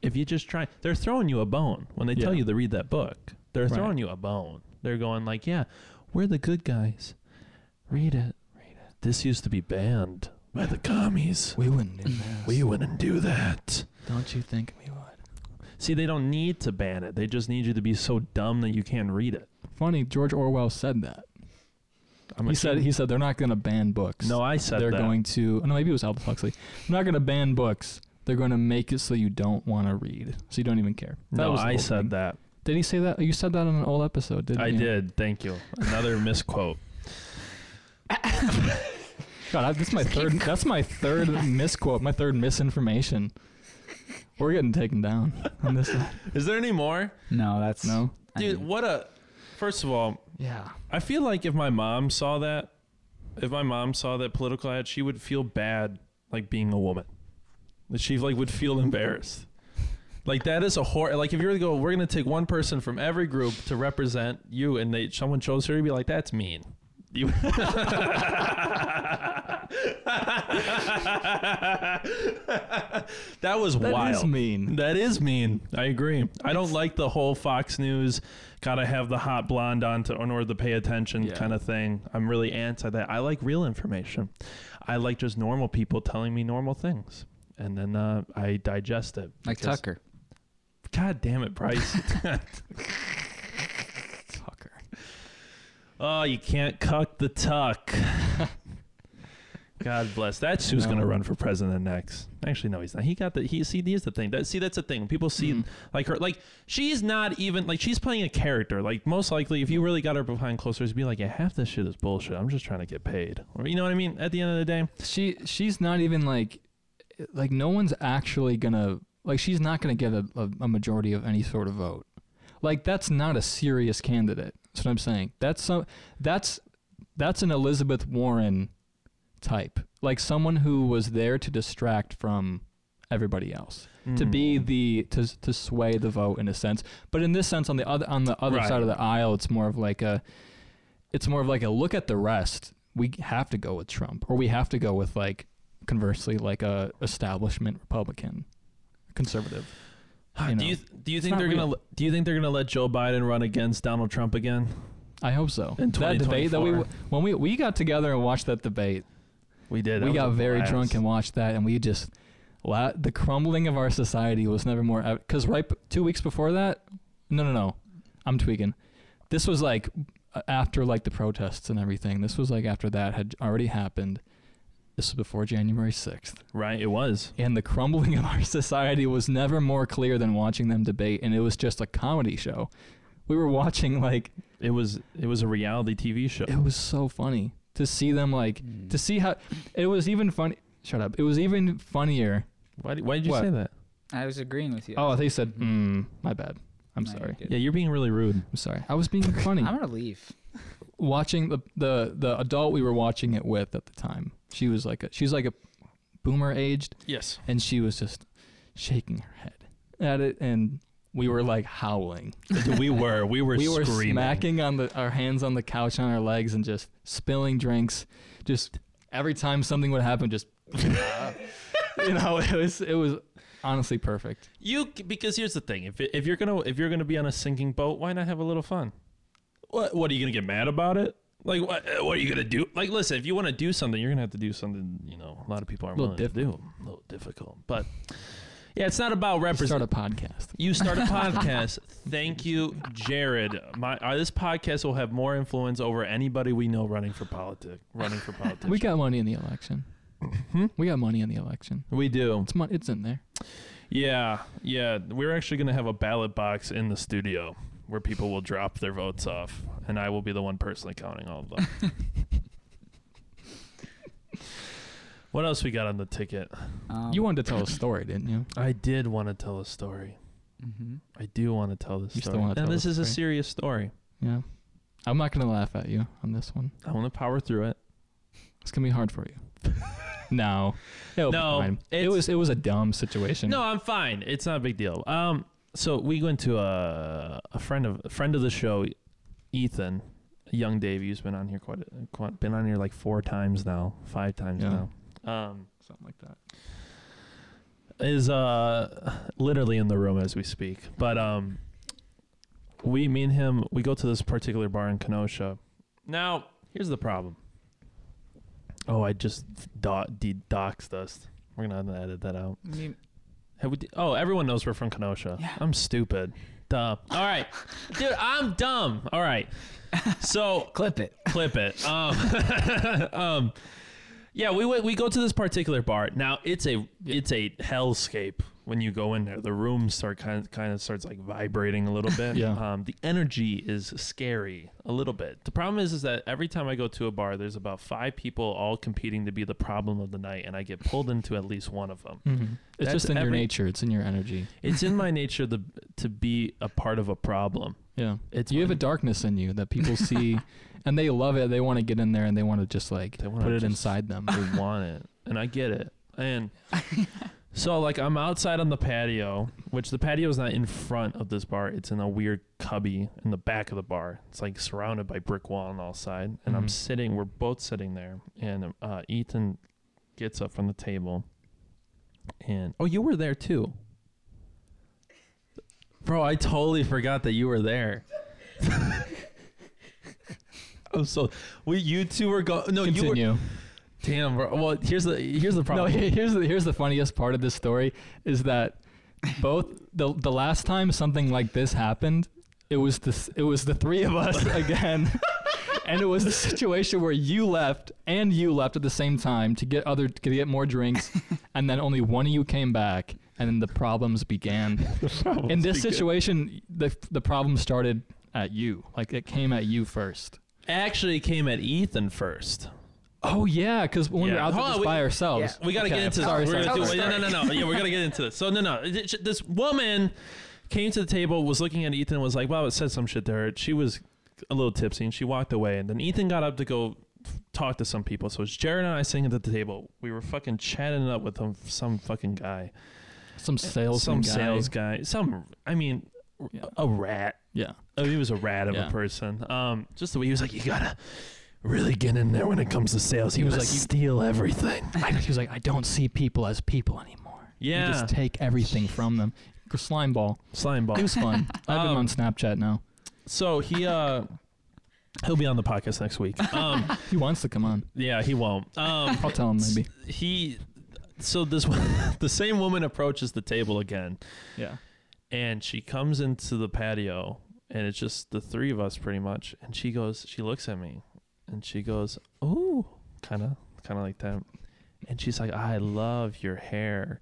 if you just try, they're throwing you a bone when they tell Yeah. you to read that book. They're Right. throwing you a bone. They're going like, yeah, we're the good guys. Read it. Read it. This used to be banned by the commies. We wouldn't do this. We wouldn't do that. Don't you think we would? See, they don't need to ban it. They just need you to be so dumb that you can't read it. Funny, George Orwell said that. I'm He like, said he said they're not going to ban books. No, I said they're that. going to. oh, No, maybe it was Aldous Huxley. They're not going to ban books. They're going to make it so you don't want to read, so you don't even care. That No, was the I whole said thing. that. Did he say that? You said that on an old episode, didn't I you? did. Thank you. Another misquote. God, I, this is my third. That's my third misquote. My third misinformation. We're getting taken down on this. one. Is there any more? No, that's No. I Dude, mean, what a. First of all, Yeah. I feel like if my mom saw that, if my mom saw that political ad, she would feel bad, like being a woman. That she like would feel embarrassed. Like that is a horror. Like if you were to go, we're gonna take one person from every group to represent you, and they someone chose her, you'd be like, that's mean. You. that was That is wild. mean. That is mean. I agree. I don't like the whole Fox News gotta have the hot blonde on to in order to pay attention Yeah. kind of thing. I'm really anti that. I like real information. I like just normal people telling me normal things. And then uh, I digest it. like because- Tucker. God damn it, Bryce. Tucker. oh, you can't cuck the tuck. God bless. That's who's No. gonna run for president next. Actually, no, he's not. He got the he see he's the thing. That see that's the thing. People see Hmm. like her like she's not even like she's playing a character. Like most likely if you really got her behind closer, it'd be like, Yeah, half this shit is bullshit. I'm just trying to get paid. Or you know what I mean? At the end of the day. She she's not even like like no one's actually gonna like she's not gonna get a, a, a majority of any sort of vote. Like that's not a serious candidate. That's what I'm saying. That's some that's that's an Elizabeth Warren type. Like someone who was there to distract from everybody else. To be the to to sway the vote in a sense. But in this sense on the other on the other Right. side of the aisle it's more of like a it's more of like a look at the rest. We have to go with Trump, or we have to go with like conversely, like a establishment Republican, conservative. You know, do you do you it's think not they're gonna real. let- do you think they're gonna let Joe Biden run against Donald Trump again? I hope so. In that debate that we 2024. when we we got together and watched that debate, We did. we That was got a very blast. drunk and watched that, and we just la- the crumbling of our society was never more because right b- two weeks before that, no no no, I'm tweaking. This was like a- after like the protests and everything. This was like after that had already happened. This was before January sixth. Right, it was. and the crumbling of our society was never more clear than watching them debate and it was just a comedy show we were watching like It was it was a reality TV show. it was so funny to see them like to see how it was even funny shut up it was even funnier Why, why did you What? say that? I was agreeing with you. oh they said mm, my bad i'm No, you're sorry good. Yeah, you're being really rude. i'm sorry i was being funny I'm gonna leave. watching the, the the adult we were watching it with at the time she was like a she's like a boomer aged Yes. and she was just shaking her head at it and we were like howling we were. We were we were screaming. smacking on the our hands on the couch on our legs and just spilling drinks just every time something would happen just you know it was it was honestly perfect You c- because here's the thing. If if you're going to if you're going to be on a sinking boat, why not have a little fun? What what are you going to get mad about it? Like what uh, what are you going to do? Like listen, if you want to do something, you're going to have to do something, you know, a lot of people aren't Little willing to do. A little difficult. But yeah, it's not about representing start a podcast You start a podcast. Thank you, Jared. My uh, this podcast will have more influence over anybody we know running for politics. Running for politics. we got money in the election Mm-hmm. we got money in the election we do. it's mon- it's in there Yeah, yeah. We're actually gonna have a ballot box in the studio. where people will drop their votes off, and I will be the one personally counting all of them. what else we got on the ticket? Oh. Um, You wanted to tell a story, didn't you? I did want to tell a story. hmm I do want to tell this Mm-hmm. You still story, wanna and tell this the is a story? serious story. Yeah. I'm not gonna laugh at you on this one. I want to power through it. It's gonna be hard for you. no. It'll be No, fine. It it's- was it was a dumb situation. No, I'm fine. It's not a big deal. Um, so we went to a a friend of a friend of the show, Ethan, young Dave. He's been on here quite, a, quite been on here like four times now, five times Yeah. now. Um, something like that. is uh literally in the room as we speak. But um we me and him we go to this particular bar in Kenosha. Now, here's the problem. Oh, I just do- de- doxed us. We're gonna have to edit that out. Have we? d oh, everyone knows we're from Kenosha. Yeah. I'm stupid. Duh. All right, dude, I'm dumb. All right. So clip it. clip it. Um, um, yeah, we went, we go to this particular bar. Now it's a it's a hellscape when you go in there. The rooms start kind of, kind of starts like vibrating a little bit. Yeah. Um, the energy is scary a little bit. The problem is is that every time I go to a bar, there's about five people all competing to be the problem of the night, and I get pulled into at least one of them. Mm-hmm. It's That's just in your every- nature. It's in your energy. It's in my nature the, to be a part of a problem. Yeah. It's you have a fine. darkness in you that people see and they love it. They want to get in there and they want to just like They put wanna it just- inside them. They want it, and I get it. And so, like, I'm outside on the patio, which the patio is not in front of this bar. It's in a weird cubby in the back of the bar. It's like surrounded by brick wall on all sides. And I'm Mhm. sitting. We're both sitting there, and uh, Ethan gets up from the table, and oh, you were there too. Bro, I totally forgot that you were there. I'm so. We you two were going. No, you were. Continue. Damn, bro. Well, here's the here's the No, problem. he- here's the, here's the funniest part of this story is that both the the last time something like this happened, it was the s- it was the three of us again, and it was the situation where you left and you left at the same time to get other to get more drinks, and then only one of you came back, and then the problems began. In this situation, the the problem started at you, like it came at you first. actually came at Ethan first. Oh yeah, because when we were Yeah. out there Hold on, just we- by ourselves, We gotta Okay, get into this. sorry, we're sorry, gonna tell do- the no, no, no, no. Yeah, we're gonna get into this. So no, no. It- it- This woman came to the table, was looking at Ethan, was like, "Wow, it said some shit to her." She was a little tipsy, and she walked away. And then Ethan got up to go f- talk to some people. So it's Jared and I sitting at the table. We were fucking chatting it up with them, some fucking guy, some sales, Eh, some sales guy, some. I mean, r- Yeah. a rat. yeah. Oh, he was a rat of Yeah. a person. Um, just the way he was like, you gotta really get in there when it comes to sales. He was like, you steal everything. I, he was like, I don't see people as people anymore. Yeah. You just take everything from them. Slime ball. Slime ball. It was fun. I've been Um, on Snapchat now. so he uh, he'll be on the podcast next week. Um, He wants to come on. yeah, he won't. Um, I'll tell him maybe. he. So this the same woman approaches the table again, Yeah. and she comes into the patio, and it's just the three of us pretty much. And she goes, she looks at me, and she goes, "Ooh," kind of, kind of like that. And she's like, "I love your hair,"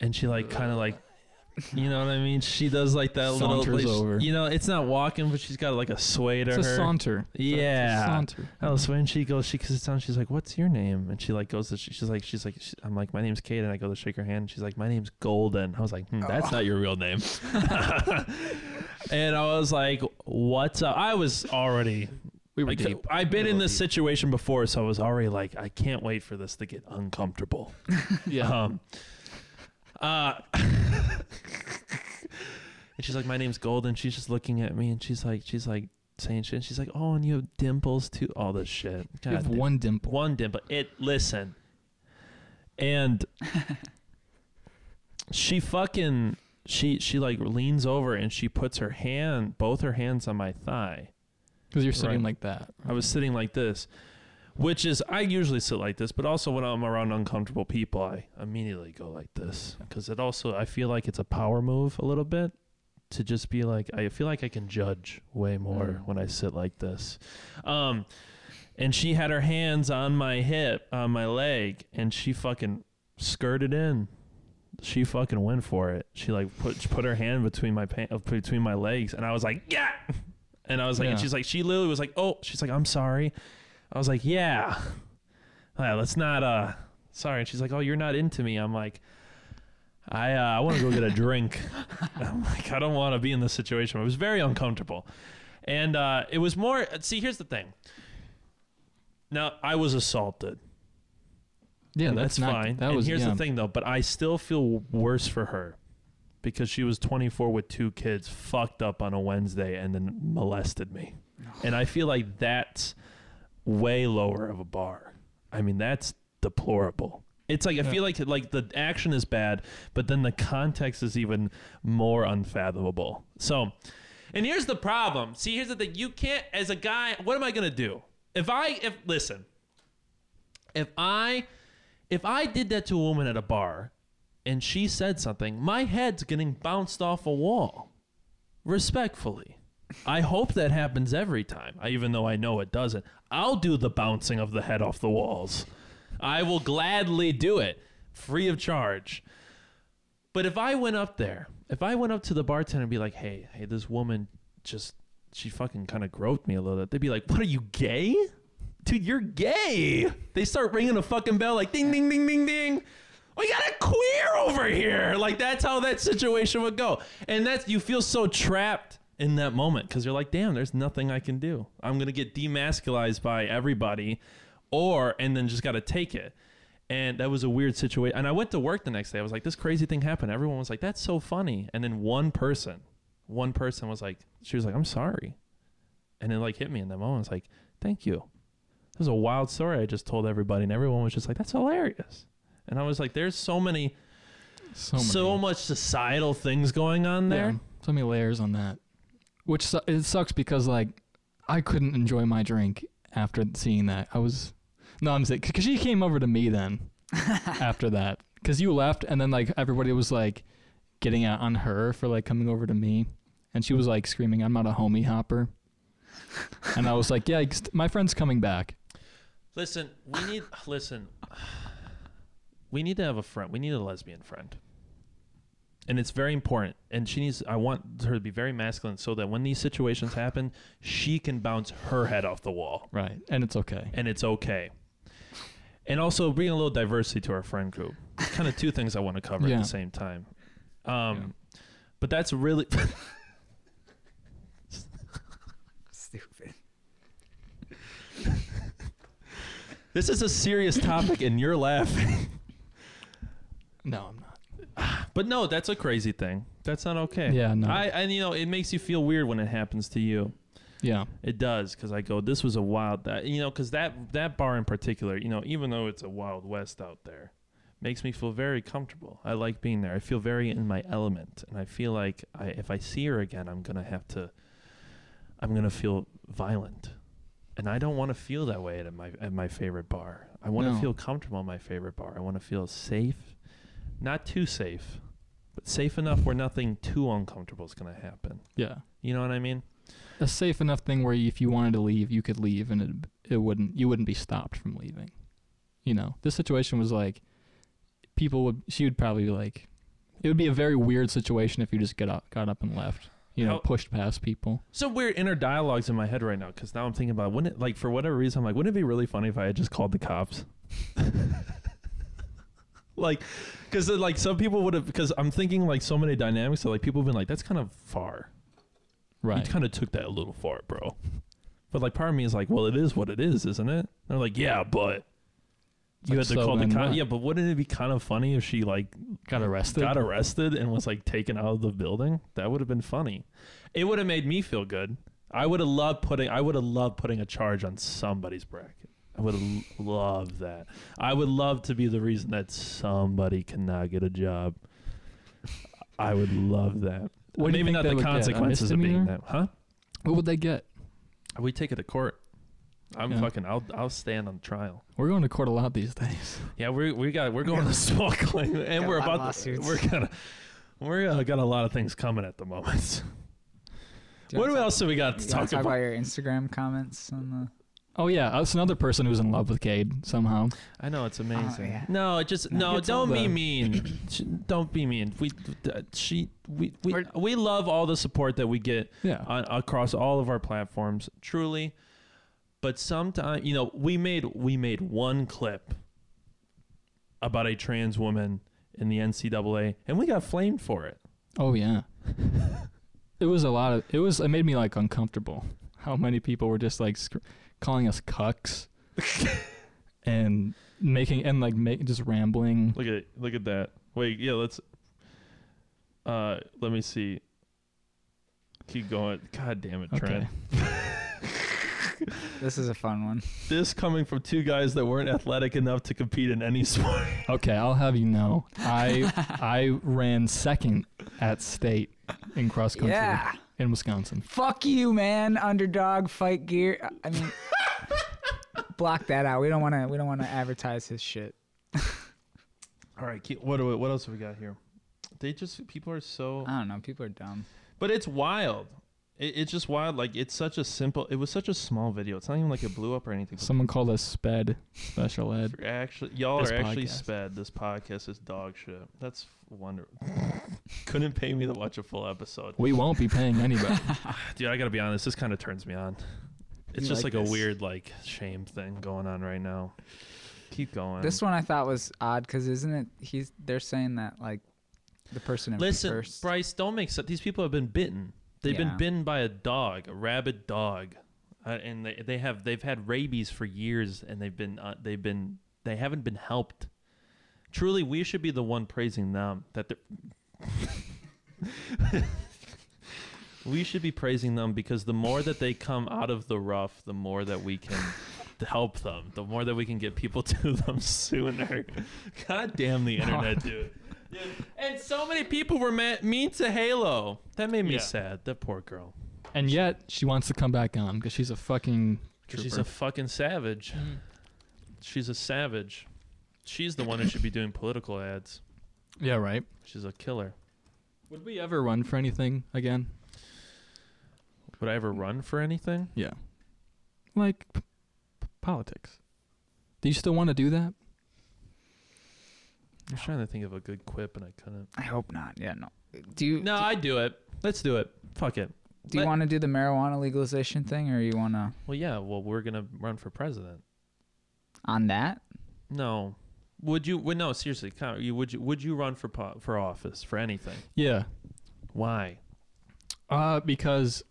and she like kind of like, you know what I mean? She does like that Saunters little, like, over. you know, it's not walking, but she's got like a sway to It's a her. saunter. It's a- it's a Yeah. saunter. Oh, so when she goes, she sits down. She's like, "What's your name?" And she like goes to, she- she's like, she's like, she, I'm like, my name's Kate, and I go to shake her hand. She's like, my name's Golden. I was like, hmm, that's not your real name. and I was like, what's up? I was already. We were I deep. have been in this situation before, so I was already like, I can't wait for this to get uncomfortable. Yeah. Um, uh, and she's like, "My name's Golden." She's just looking at me, and she's like, she's like saying shit. And she's like, "Oh, and you have dimples too." All this shit. you Oh, have God damn- one dimple. one dimple. It listen, and she fucking she she like leans over and she puts her hand, both her hands on my thigh. Because you're sitting Right. like that. I was sitting like this, which is I usually sit like this, but also when I'm around uncomfortable people, I immediately go like this because it also I feel like it's a power move a little bit to just be like I feel like I can judge way more when I sit like this. Um and she had her hands on my hip, on my leg, and she fucking skirted in she fucking went for it. She like put she put her hand between my pa- uh, between my legs, and I was like, yeah. And I was like, and Yeah. she's like, she literally was like, oh, she's like, I'm sorry. I was like, yeah. Uh, let's not. uh Sorry. And she's like, oh, you're not into me. I'm like. I uh, I want to go get a drink. I'm like, I don't want to be in this situation. I was very uncomfortable, and uh, it was more. See, here's the thing. Now I was assaulted. Yeah, And that's, that's, not, fine. That and was here's yeah. the thing, though. But I still feel worse for her because she was 24 with two kids, fucked up on a Wednesday, and then molested me. And I feel like that's way lower of a bar. I mean, that's deplorable. It's like I feel like like the action is bad, but then the context is even more unfathomable. So, and here's the problem. See, here's the thing. You can't as a guy. What am I gonna do if I if listen? If I if I did that to a woman at a bar and she said something, my head's getting bounced off a wall. Respectfully. I hope that happens every time, I- even though I know it doesn't. I'll do the bouncing of the head off the walls. I will gladly do it, free of charge. But if I went up there, if I went up to the bartender and be like, hey, hey, this woman just, she fucking kind of groped me a little bit, they'd be like, what are you, gay? Dude, you're gay. They start ringing a fucking bell like ding, ding, ding, ding, ding. We got a queer over here. Like, that's how that situation would go. And that's, you feel so trapped in that moment because you're like, damn, there's nothing I can do. I'm going to get demasculized by everybody or, and then just got to take it. And that was a weird situation. And I went to work the next day. I was like, this crazy thing happened. Everyone was like, that's so funny. And then one person, one person was like, she was like, I'm sorry. And it like hit me in that moment. It's like, thank you. It was a wild story I just told everybody. And everyone was just like, that's hilarious. And I was like, there's so many, so, many, so much societal things going on there. yeah, so many layers on that, which su- it sucks because like I couldn't enjoy my drink after seeing that. I was no, I'm sick because she came over to me then after that because you left and then like everybody was like getting out on her for like coming over to me and she was like screaming, "I'm not a homie hopper," and I was like, "Yeah, ex- my friend's coming back." Listen, we need listen. We need to have a friend. We need a lesbian friend. And it's very important. And she needs I want her to be very masculine so that when these situations happen, she can bounce her head off the wall Right, and it's okay. and it's okay. And also bring a little diversity to our friend group. It's kind of two things I want to cover at Yeah. the same time. Um but that's really Stupid. this is a serious topic and you're laughing. No, I'm not. But no, that's a crazy thing. That's not okay. Yeah, no. I and you know it makes you feel weird when it happens to you. Yeah, It does because I go, this was a wild that you know because that that bar in particular, you know, even though it's a wild west out there, makes me feel very comfortable. I like being there. I feel very in my element, and I feel like I, if I see her again, I'm gonna have to, I'm gonna feel violent, and I don't want to feel that way at my at my favorite bar. I want to No. feel comfortable at my favorite bar. I want to feel safe, not too safe, but safe enough where nothing too uncomfortable is gonna happen. yeah. You know what I mean? a safe enough thing where if you wanted to leave, you could leave, and it it wouldn't you wouldn't be stopped from leaving. You know, this situation was like people would she would probably be like it would be a very weird situation if you just get up got up and left. You know, How- pushed past people. some weird inner dialogues in my head right now because now I'm thinking about wouldn't it, like for whatever reason I'm like wouldn't it be really funny if I had just called the cops? like, because like some people would have because I'm thinking like so many dynamics that like people have been like that's kind of far. Right. You kind of took that a little far, bro. But like part of me is like, well, it is what it is, isn't it? And they're like, yeah, but you Like, had to so call the then cops. what? Yeah, but wouldn't it be kind of funny if she like got arrested. got arrested and was like taken out of the building, that would have been funny. It would have made me feel good. I would have loved putting I would have loved putting a charge on somebody's bracket. I would have loved that. I would love to be the reason that somebody cannot get a job. I would love that. What do you Maybe think not they the would get, a consequences of being misdemeanor? that, huh? what would they get? We take it to court. I'm Yeah. fucking. I'll I'll stand on trial. We're going to court a lot these days. Yeah, we we got we're going to small claim, and a we're lot of about to, lawsuits. we're gonna we uh, got a lot of things coming at the moment. Do you What wanna else do we got to You wanna talk talk about? about your Instagram comments on Oh yeah, that's another person who's in love with Cade somehow. I know it's amazing. Oh, yeah. No, it just no. it's Don't all be the- mean. Sh- don't be mean. We uh, she we we, Or- we love all the support that we get Yeah. on, across all of our platforms. Truly, but sometimes you know we made we made one clip about a trans woman in the NCAA, and we got flamed for it. Oh yeah. it was a lot of. It was. It made me like uncomfortable. How many people were just like sc- calling us cucks, and making and like make just rambling. Look at look at that. Wait, yeah, let's. Uh, let me see. Keep going. God damn it, Trent. Okay. This is a fun one. This coming from two guys that weren't athletic enough to compete in any sport. Okay, I'll have you know, I I ran second at state in cross country Yeah. in Wisconsin. Fuck you, man. Underdog fight gear. I- I mean, block that out. We don't want to. We don't want to advertise his shit. All right, keep, what do we, what else have we got here? They just people are so, Uh. I don't know. People are dumb. but it's wild. It, it's just wild. Like it's such a simple. It was such a small video. It's not even like it blew up or anything. Someone called us sped special ed. You're actually, y'all This are actually podcast. sped. This podcast is dog shit. That's wonderful. Couldn't pay me to watch a full episode. We won't be paying anybody. Dude, I gotta be honest. This kind of turns me on. It's You just like like, a this? weird like shame thing going on right now. Keep going. This one I thought was odd because isn't it? He's they're saying that like the person in Listen, first. Bryce, don't make sense. These people have been bitten. They've Yeah. been bitten by a dog, a rabid dog, uh, and they they have they've had rabies for years, and they've been uh, they've been they haven't been helped. Truly, we should be the one praising them that they're. we should be praising them because the more that they come out of the rough, the more that we can help them. The more that we can get people to them sooner. God damn the internet, dude. And so many people were ma- mean to Halo. That made me Yeah. sad. That poor girl. and yet she wants to come back on because she's a fucking trooper. She's a fucking savage. She's a savage. She's the one who should be doing political ads. yeah, right. She's a killer. Would we ever run for anything again? Would I ever run for anything? Yeah. Like p- p- politics. Do you still want to do that? I was trying to think of a good quip and I couldn't. I hope not. Yeah, no. Do you No, I do it. Let's do it. Fuck it. do you let- want to do the marijuana legalization thing, or you want to Well, yeah. Well, we're gonna run for president. on that? No. Would you? Well, no. Seriously, Connor, you would you? Would you run for po- for office for anything? Yeah. Why? Uh, because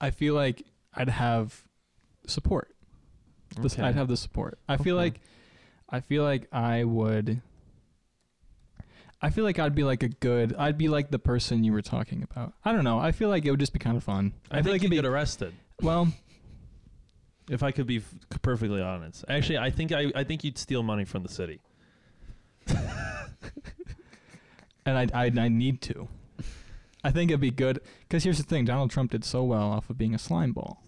I feel like I'd have support. The s- Okay. I'd have the support. I feel Okay. like, I feel like I would. I feel like I'd be like a good. I'd be like the person you were talking about. I don't know. I feel like it would just be kind of fun. I, feel think like you it'd get arrested. be well. If I could be f- perfectly honest, actually, I think I, I think you'd steal money from the city. and I, I, I need to. I think it'd be good because here's the thing: Donald Trump did so well off of being a slime ball,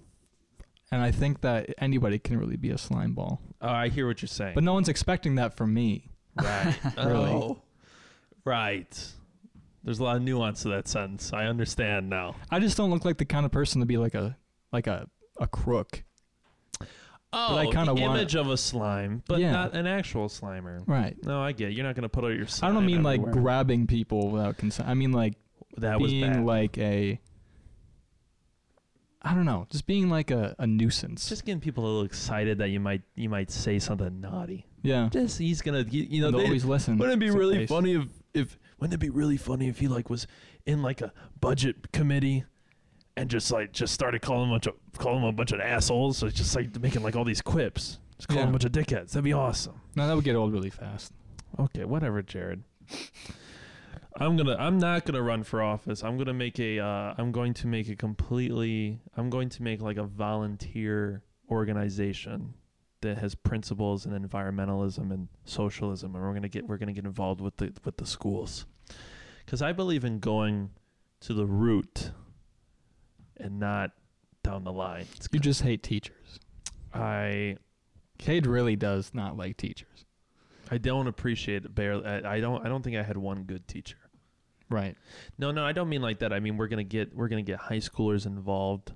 and I think that anybody can really be a slime ball. Oh, I hear what you're saying. But no one's expecting that from me. right. Really. Oh. Right. There's a lot of nuance to that sentence. I understand now. I just don't look like the kind of person to be like a like a a crook, Oh, I kinda the wanna- image of a slime, but Yeah. not an actual slimer. right? No, I get. it. You're not gonna put out your. I don't sign mean like everywhere. grabbing people without consent. I mean like that was being bad. like a. I don't know, just being like a, a nuisance. It's just getting people a little excited that you might you might say something naughty. yeah, Just he's gonna you, you know They'll they- always listen. Wouldn't it be It's a really face. funny if if wouldn't it be really funny if he like was in like a budget committee and just like just started calling a bunch of calling him a bunch of assholes, so he's just like making like all these quips. Just calling Yeah. a bunch of dickheads. That'd be awesome. No, that would get old really fast. Okay, whatever, Jared. I'm gonna. I'm not gonna run for office. I'm gonna make a. Uh, I'm going to make a completely. I'm going to make like a volunteer organization that has principles and environmentalism and socialism, and we're gonna get. We're gonna get involved with the with the schools, because I believe in going to the root, and not down the line. It's You just hate teachers. I Cade really does not like teachers. I don't appreciate barely. I, I don't. I don't think I had one good teacher. Right. No, no, I don't mean like that. I mean we're gonna get we're gonna get high schoolers involved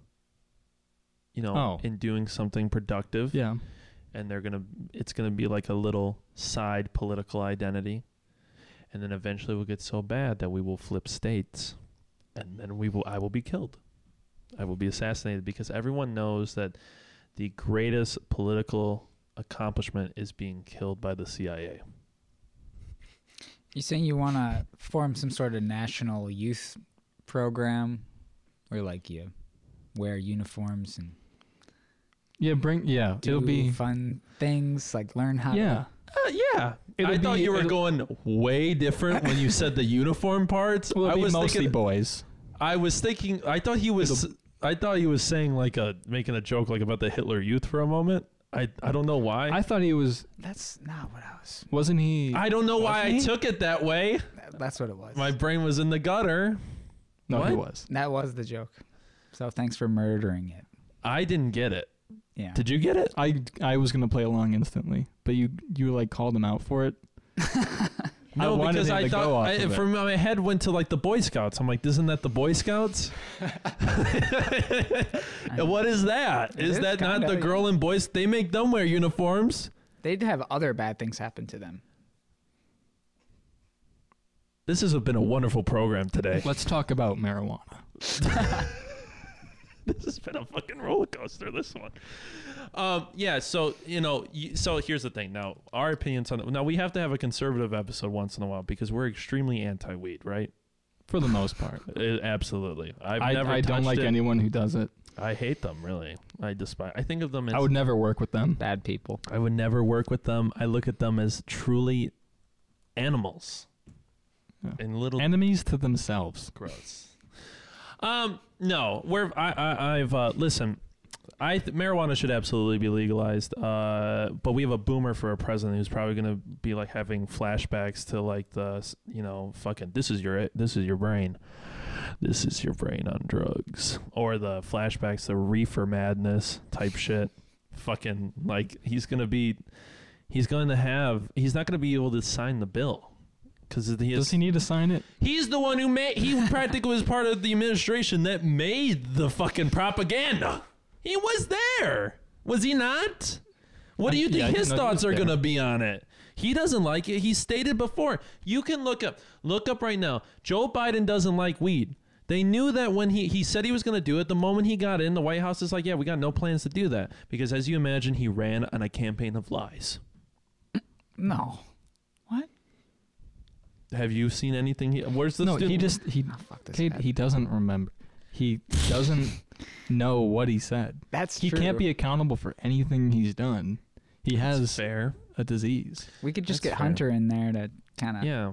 you know, Oh. in doing something productive. Yeah. and they're gonna it's gonna be like a little side political identity and then eventually we'll get so bad that we will flip states and then we will i will be killed i will be assassinated because everyone knows that the greatest political accomplishment is being killed by the cia You saying you want to form some sort of national youth program, where like you wear uniforms and Yeah. Bring. Yeah. do it'll be. fun things, like learn how. Yeah. Uh, yeah i It'll thought be- you were it'll- going way different when you said the uniform parts Well, i it'll be was mostly thinking boys. I was thinking. I thought he was. I thought he was saying like a making a joke like about the Hitler Youth for a moment. I I don't know why. I I, thought he was. To, that's not what I was. Wasn't he? don't know why I Wasn't he? took it that way. That's what it was. My brain was in the gutter. no, he what? was. that was the joke. So thanks for murdering it. I didn't get it. Yeah. Did you get it? I I was gonna play along instantly, but you you like called him out for it. I wanted him to go off I, of it. from my head went to like the Boy Scouts. I'm like, isn't that the Boy Scouts? what is that? Is is that not kinda, the yeah. girl and boys? They make them wear uniforms. They'd have other bad things happen to them. This has been a wonderful program today. Let's talk about marijuana. this has been a fucking roller coaster. This one. Um, yeah. So you know. You, so here's the thing. Now our opinions on now we have to have a conservative episode once in a while because we're extremely anti weed, right? For the most part, Uh, absolutely. I've I, never. I don't touched like it. anyone who does it. I hate them. Really. I despise. I think of them as. I would never work with them. Bad people. I would never work with them. I look at them as truly animals. Yeah. And little Enemies to themselves. gross. Um, no, we're I, I I've uh, listen. I th- marijuana should absolutely be legalized. Uh, but we have a boomer for a president who's probably gonna be like having flashbacks to like the s- you know fucking this is your this is your brain, this is your brain on drugs, or the flashbacks to reefer madness type shit. Fucking like he's gonna be, he's going to have he's not gonna be able to sign the bill because he Does is he need to sign it? He's the one who made. He practically was part of the administration that made the fucking propaganda. He was there, was he not? What do you Yeah, think I his know he thoughts was are there. going to be on it? He doesn't like it. He stated before. You can look up, look up right now. Joe Biden doesn't like weed. They knew that when he he said he was going to do it. The moment he got in, the White House is like, "Yeah, we got no plans to do that," because as you imagine, he ran on a campaign of lies. No. What? Have you seen anything? He, where's the no, student? he just he Oh, fuck this. Cade, guy. he doesn't remember. He doesn't know what he said. That's he can't true. be accountable for anything he's done. He has fair. a disease. we could just That's get fair. Hunter in there to kind of. Yeah,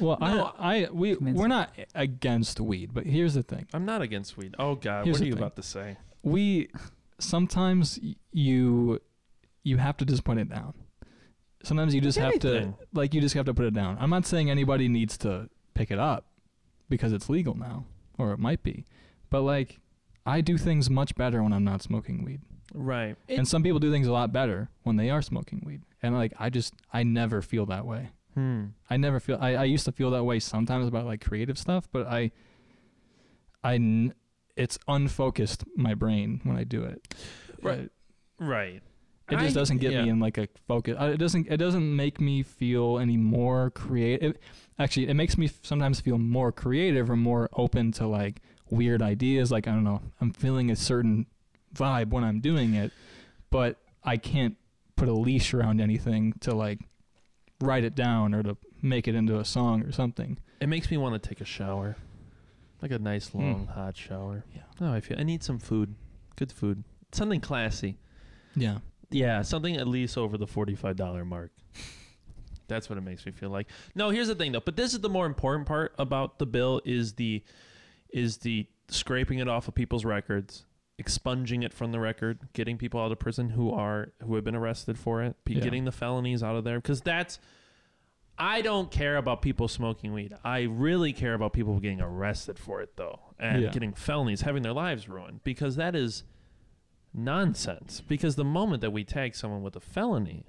Well, No, I, I, we, convince we're him. not against weed, but here's the thing: I'm not against weed. Oh God, Here's what are the you thing. about to say? we sometimes y- you, you have to just put it down. Sometimes you just have to, Anything. like, you just have to put it down. I'm not saying anybody needs to pick it up because it's legal now, or it might be, but like, I do things much better when I'm not smoking weed. Right. and some people do things a lot better when they are smoking weed. And like I just I never feel that way. hmm. I never feel I, I used to feel that way sometimes about like creative stuff, but I I n- it's unfocused my brain when I do it. Uh, Right. It, Right. it just I- doesn't get yeah. me in like a focus. uh, It doesn't it doesn't make me feel any more creative. Actually, it makes me f- sometimes feel more creative or more open to like weird ideas. Like I don't know, I'm feeling a certain vibe when I'm doing it, but I can't put a leash around anything to like write it down or to make it into a song or something. It makes me want to take a shower, like a nice Hmm. long hot shower. Yeah. No, I feel I need some food, good food, something classy. Yeah. Yeah, something at least over the forty-five dollar mark. That's what it makes me feel like. No, here's the thing though. But this is the more important part about the bill is the is the scraping it off of people's records, expunging it from the record, getting people out of prison who are who have been arrested for it, be Yeah. getting the felonies out of there because that's. I don't care about people smoking weed. I really care about people getting arrested for it though and Yeah. getting felonies, having their lives ruined because that is nonsense. Because the moment that we tag someone with a felony,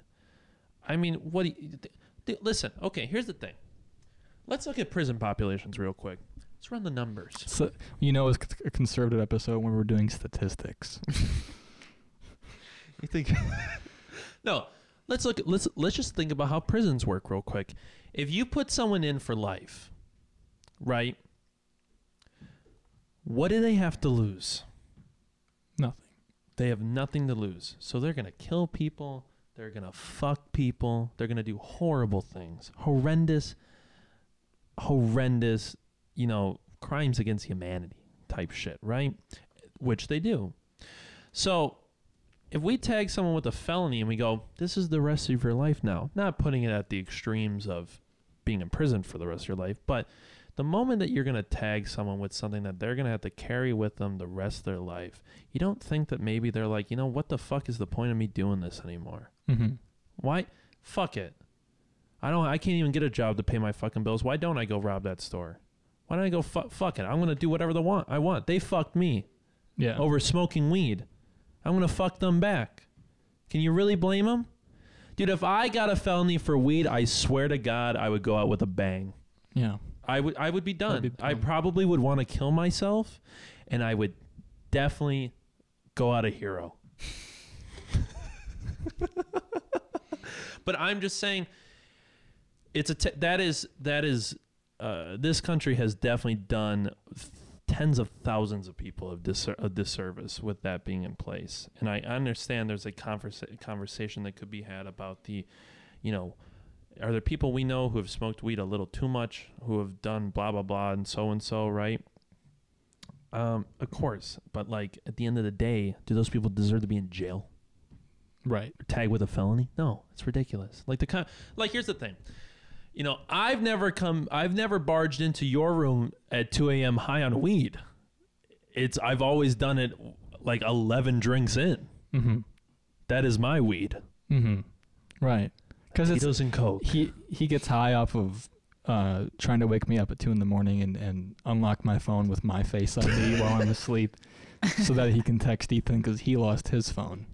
I mean, what? Do you, th- th- listen, okay. Here's the thing. Let's look at prison populations real quick. Let's run the numbers. So, you know, it's a conservative episode when we're doing statistics. You think? no. Let's look. Let's let's just think about how prisons work real quick. If you put someone in for life, right? What do they have to lose? Nothing. They have nothing to lose. So they're going to kill people. They're going to fuck people. They're going to do horrible things. Horrendous, horrendous, you know, crimes against humanity type shit, right? Which they do. So if we tag someone with a felony and we go, this is the rest of your life now, not putting it at the extremes of being in prison for the rest of your life, but the moment that you're going to tag someone with something that they're going to have to carry with them the rest of their life, you don't think that maybe they're like, you know, what the fuck is the point of me doing this anymore? Mm-hmm. Why? Fuck it. I don't. I can't even get a job to pay my fucking bills. Why don't I go rob that store? Why don't I go fu- fuck it? I'm gonna do whatever the want I want. They fucked me Yeah. over smoking weed. I'm gonna fuck them back. Can you really blame them, dude? If I got a felony for weed, I swear to God, I would go out with a bang. Yeah. I would I would be done. be I done. probably would want to kill myself, and I would definitely go out a hero. but I'm just saying, it's a t- that is that is uh, this country has definitely done tens of thousands of people of dis- a disservice with that being in place. And I understand there's a conversa- conversation that could be had about the, you know, are there people we know who have smoked weed a little too much, who have done blah blah blah and so and so, right? Um, of course, but like at the end of the day, do those people deserve to be in jail? Right. tagged with a felony? No, it's ridiculous. Like the kind, like here's the thing. You know, I've never come, I've never barged into your room at 2 a.m. high on weed. It's I've always done it like 11 drinks in. Mm-hmm. That is my weed. Mm-hmm. Right. Because it's Tito's and coke. he he gets high off of uh, trying to wake me up at two in the morning and, and unlock my phone with my face ID while I'm asleep, so that he can text Ethan because he lost his phone.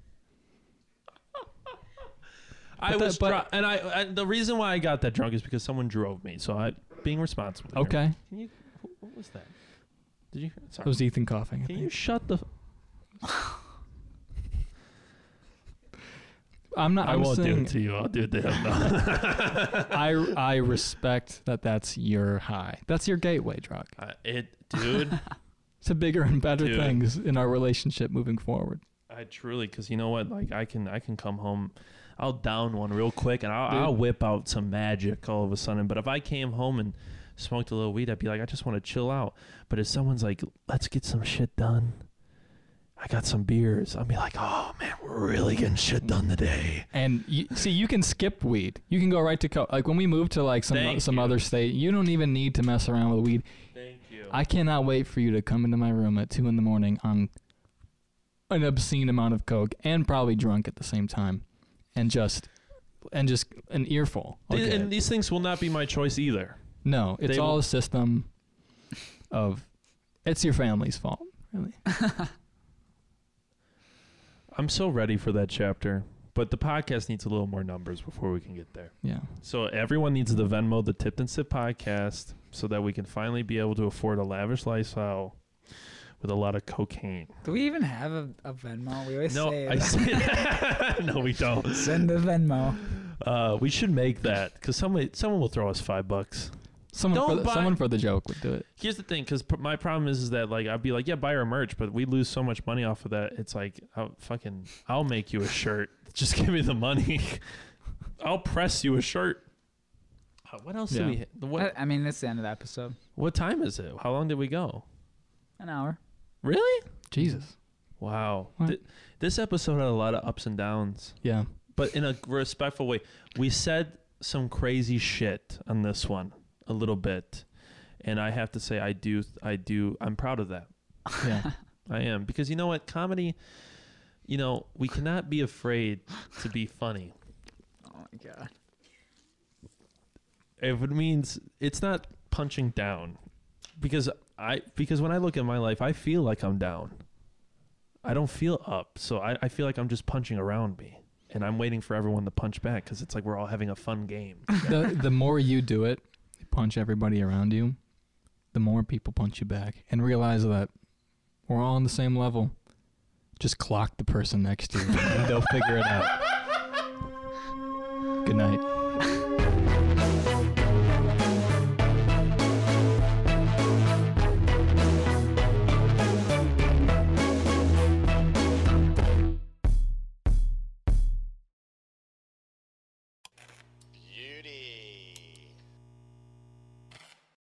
I But that- was but- drunk, and I, I the reason why I got that drunk is because someone drove me. So I being responsible. here. Okay, Can you? wh- What was that? Did you? hear Sorry. it was Ethan coughing. I Can you think. shut the? I'm not. I'm saying to you. I'll do it to him. No. I I respect that. That's your high. That's your gateway drug. Uh, it, dude. To bigger and better Dude. things in our relationship moving forward. I truly, because you know what, like I can, I can come home, I'll down one real quick, and I'll, Dude. I'll whip out some magic all of a sudden. But if I came home and smoked a little weed, I'd be like, I just want to chill out. But if someone's like, let's get some shit done, I got some beers, I'll be like, oh man, we're really getting shit done today. And you, see, you can skip weed. You can go right to coke. Like when we move to like some Thank some you. other state, you don't even need to mess around with weed. Thank you. I cannot wait for you to come into my room at two in the morning on an obscene amount of coke and probably drunk at the same time, and just and just an earful. I'll get and it. these things will not be my choice either. no, it's they all will- a system of it's your family's fault, really. I'm so ready for that chapter, but the podcast needs a little more numbers before we can get there. Yeah, So everyone needs the Venmo, the Tipped and Sip podcast, so that we can finally be able to afford a lavish lifestyle with a lot of cocaine. Do we even have a, a Venmo? We always no, say I said, no, we don't. send a Venmo. Uh, we should make that because somebody, someone will throw us five bucks. someone Don't for the, buy- someone for the joke would do it. Here's the thing, because pr- my problem is, is that like I'd be like, yeah, buy our merch, but we lose so much money off of that. It's like, I'll fucking, I'll make you a shirt. Just give me the money. I'll press you a shirt. Uh, What else Yeah. do we? hit? What I, I mean, that's the end of the episode. what time is it? How long did we go? An hour. Really? Jesus. Wow. What? Th- this episode had a lot of ups and downs, Yeah. but in a respectful way. We said some crazy shit on this one a little bit. And I have to say I do I do I'm proud of that. Yeah. I am because you know what comedy you know, we cannot be afraid to be funny. Oh my god. If it means it's not punching down because I because when I look at my life, I feel like I'm down. I don't feel up, so I, I feel like I'm just punching around me, and I'm waiting for everyone to punch back because it's like we're all having a fun game. the the more you do it, punch everybody around you, the more people punch you back and realize that we're all on the same level. Just clock the person next to you and they'll figure it out. Good night.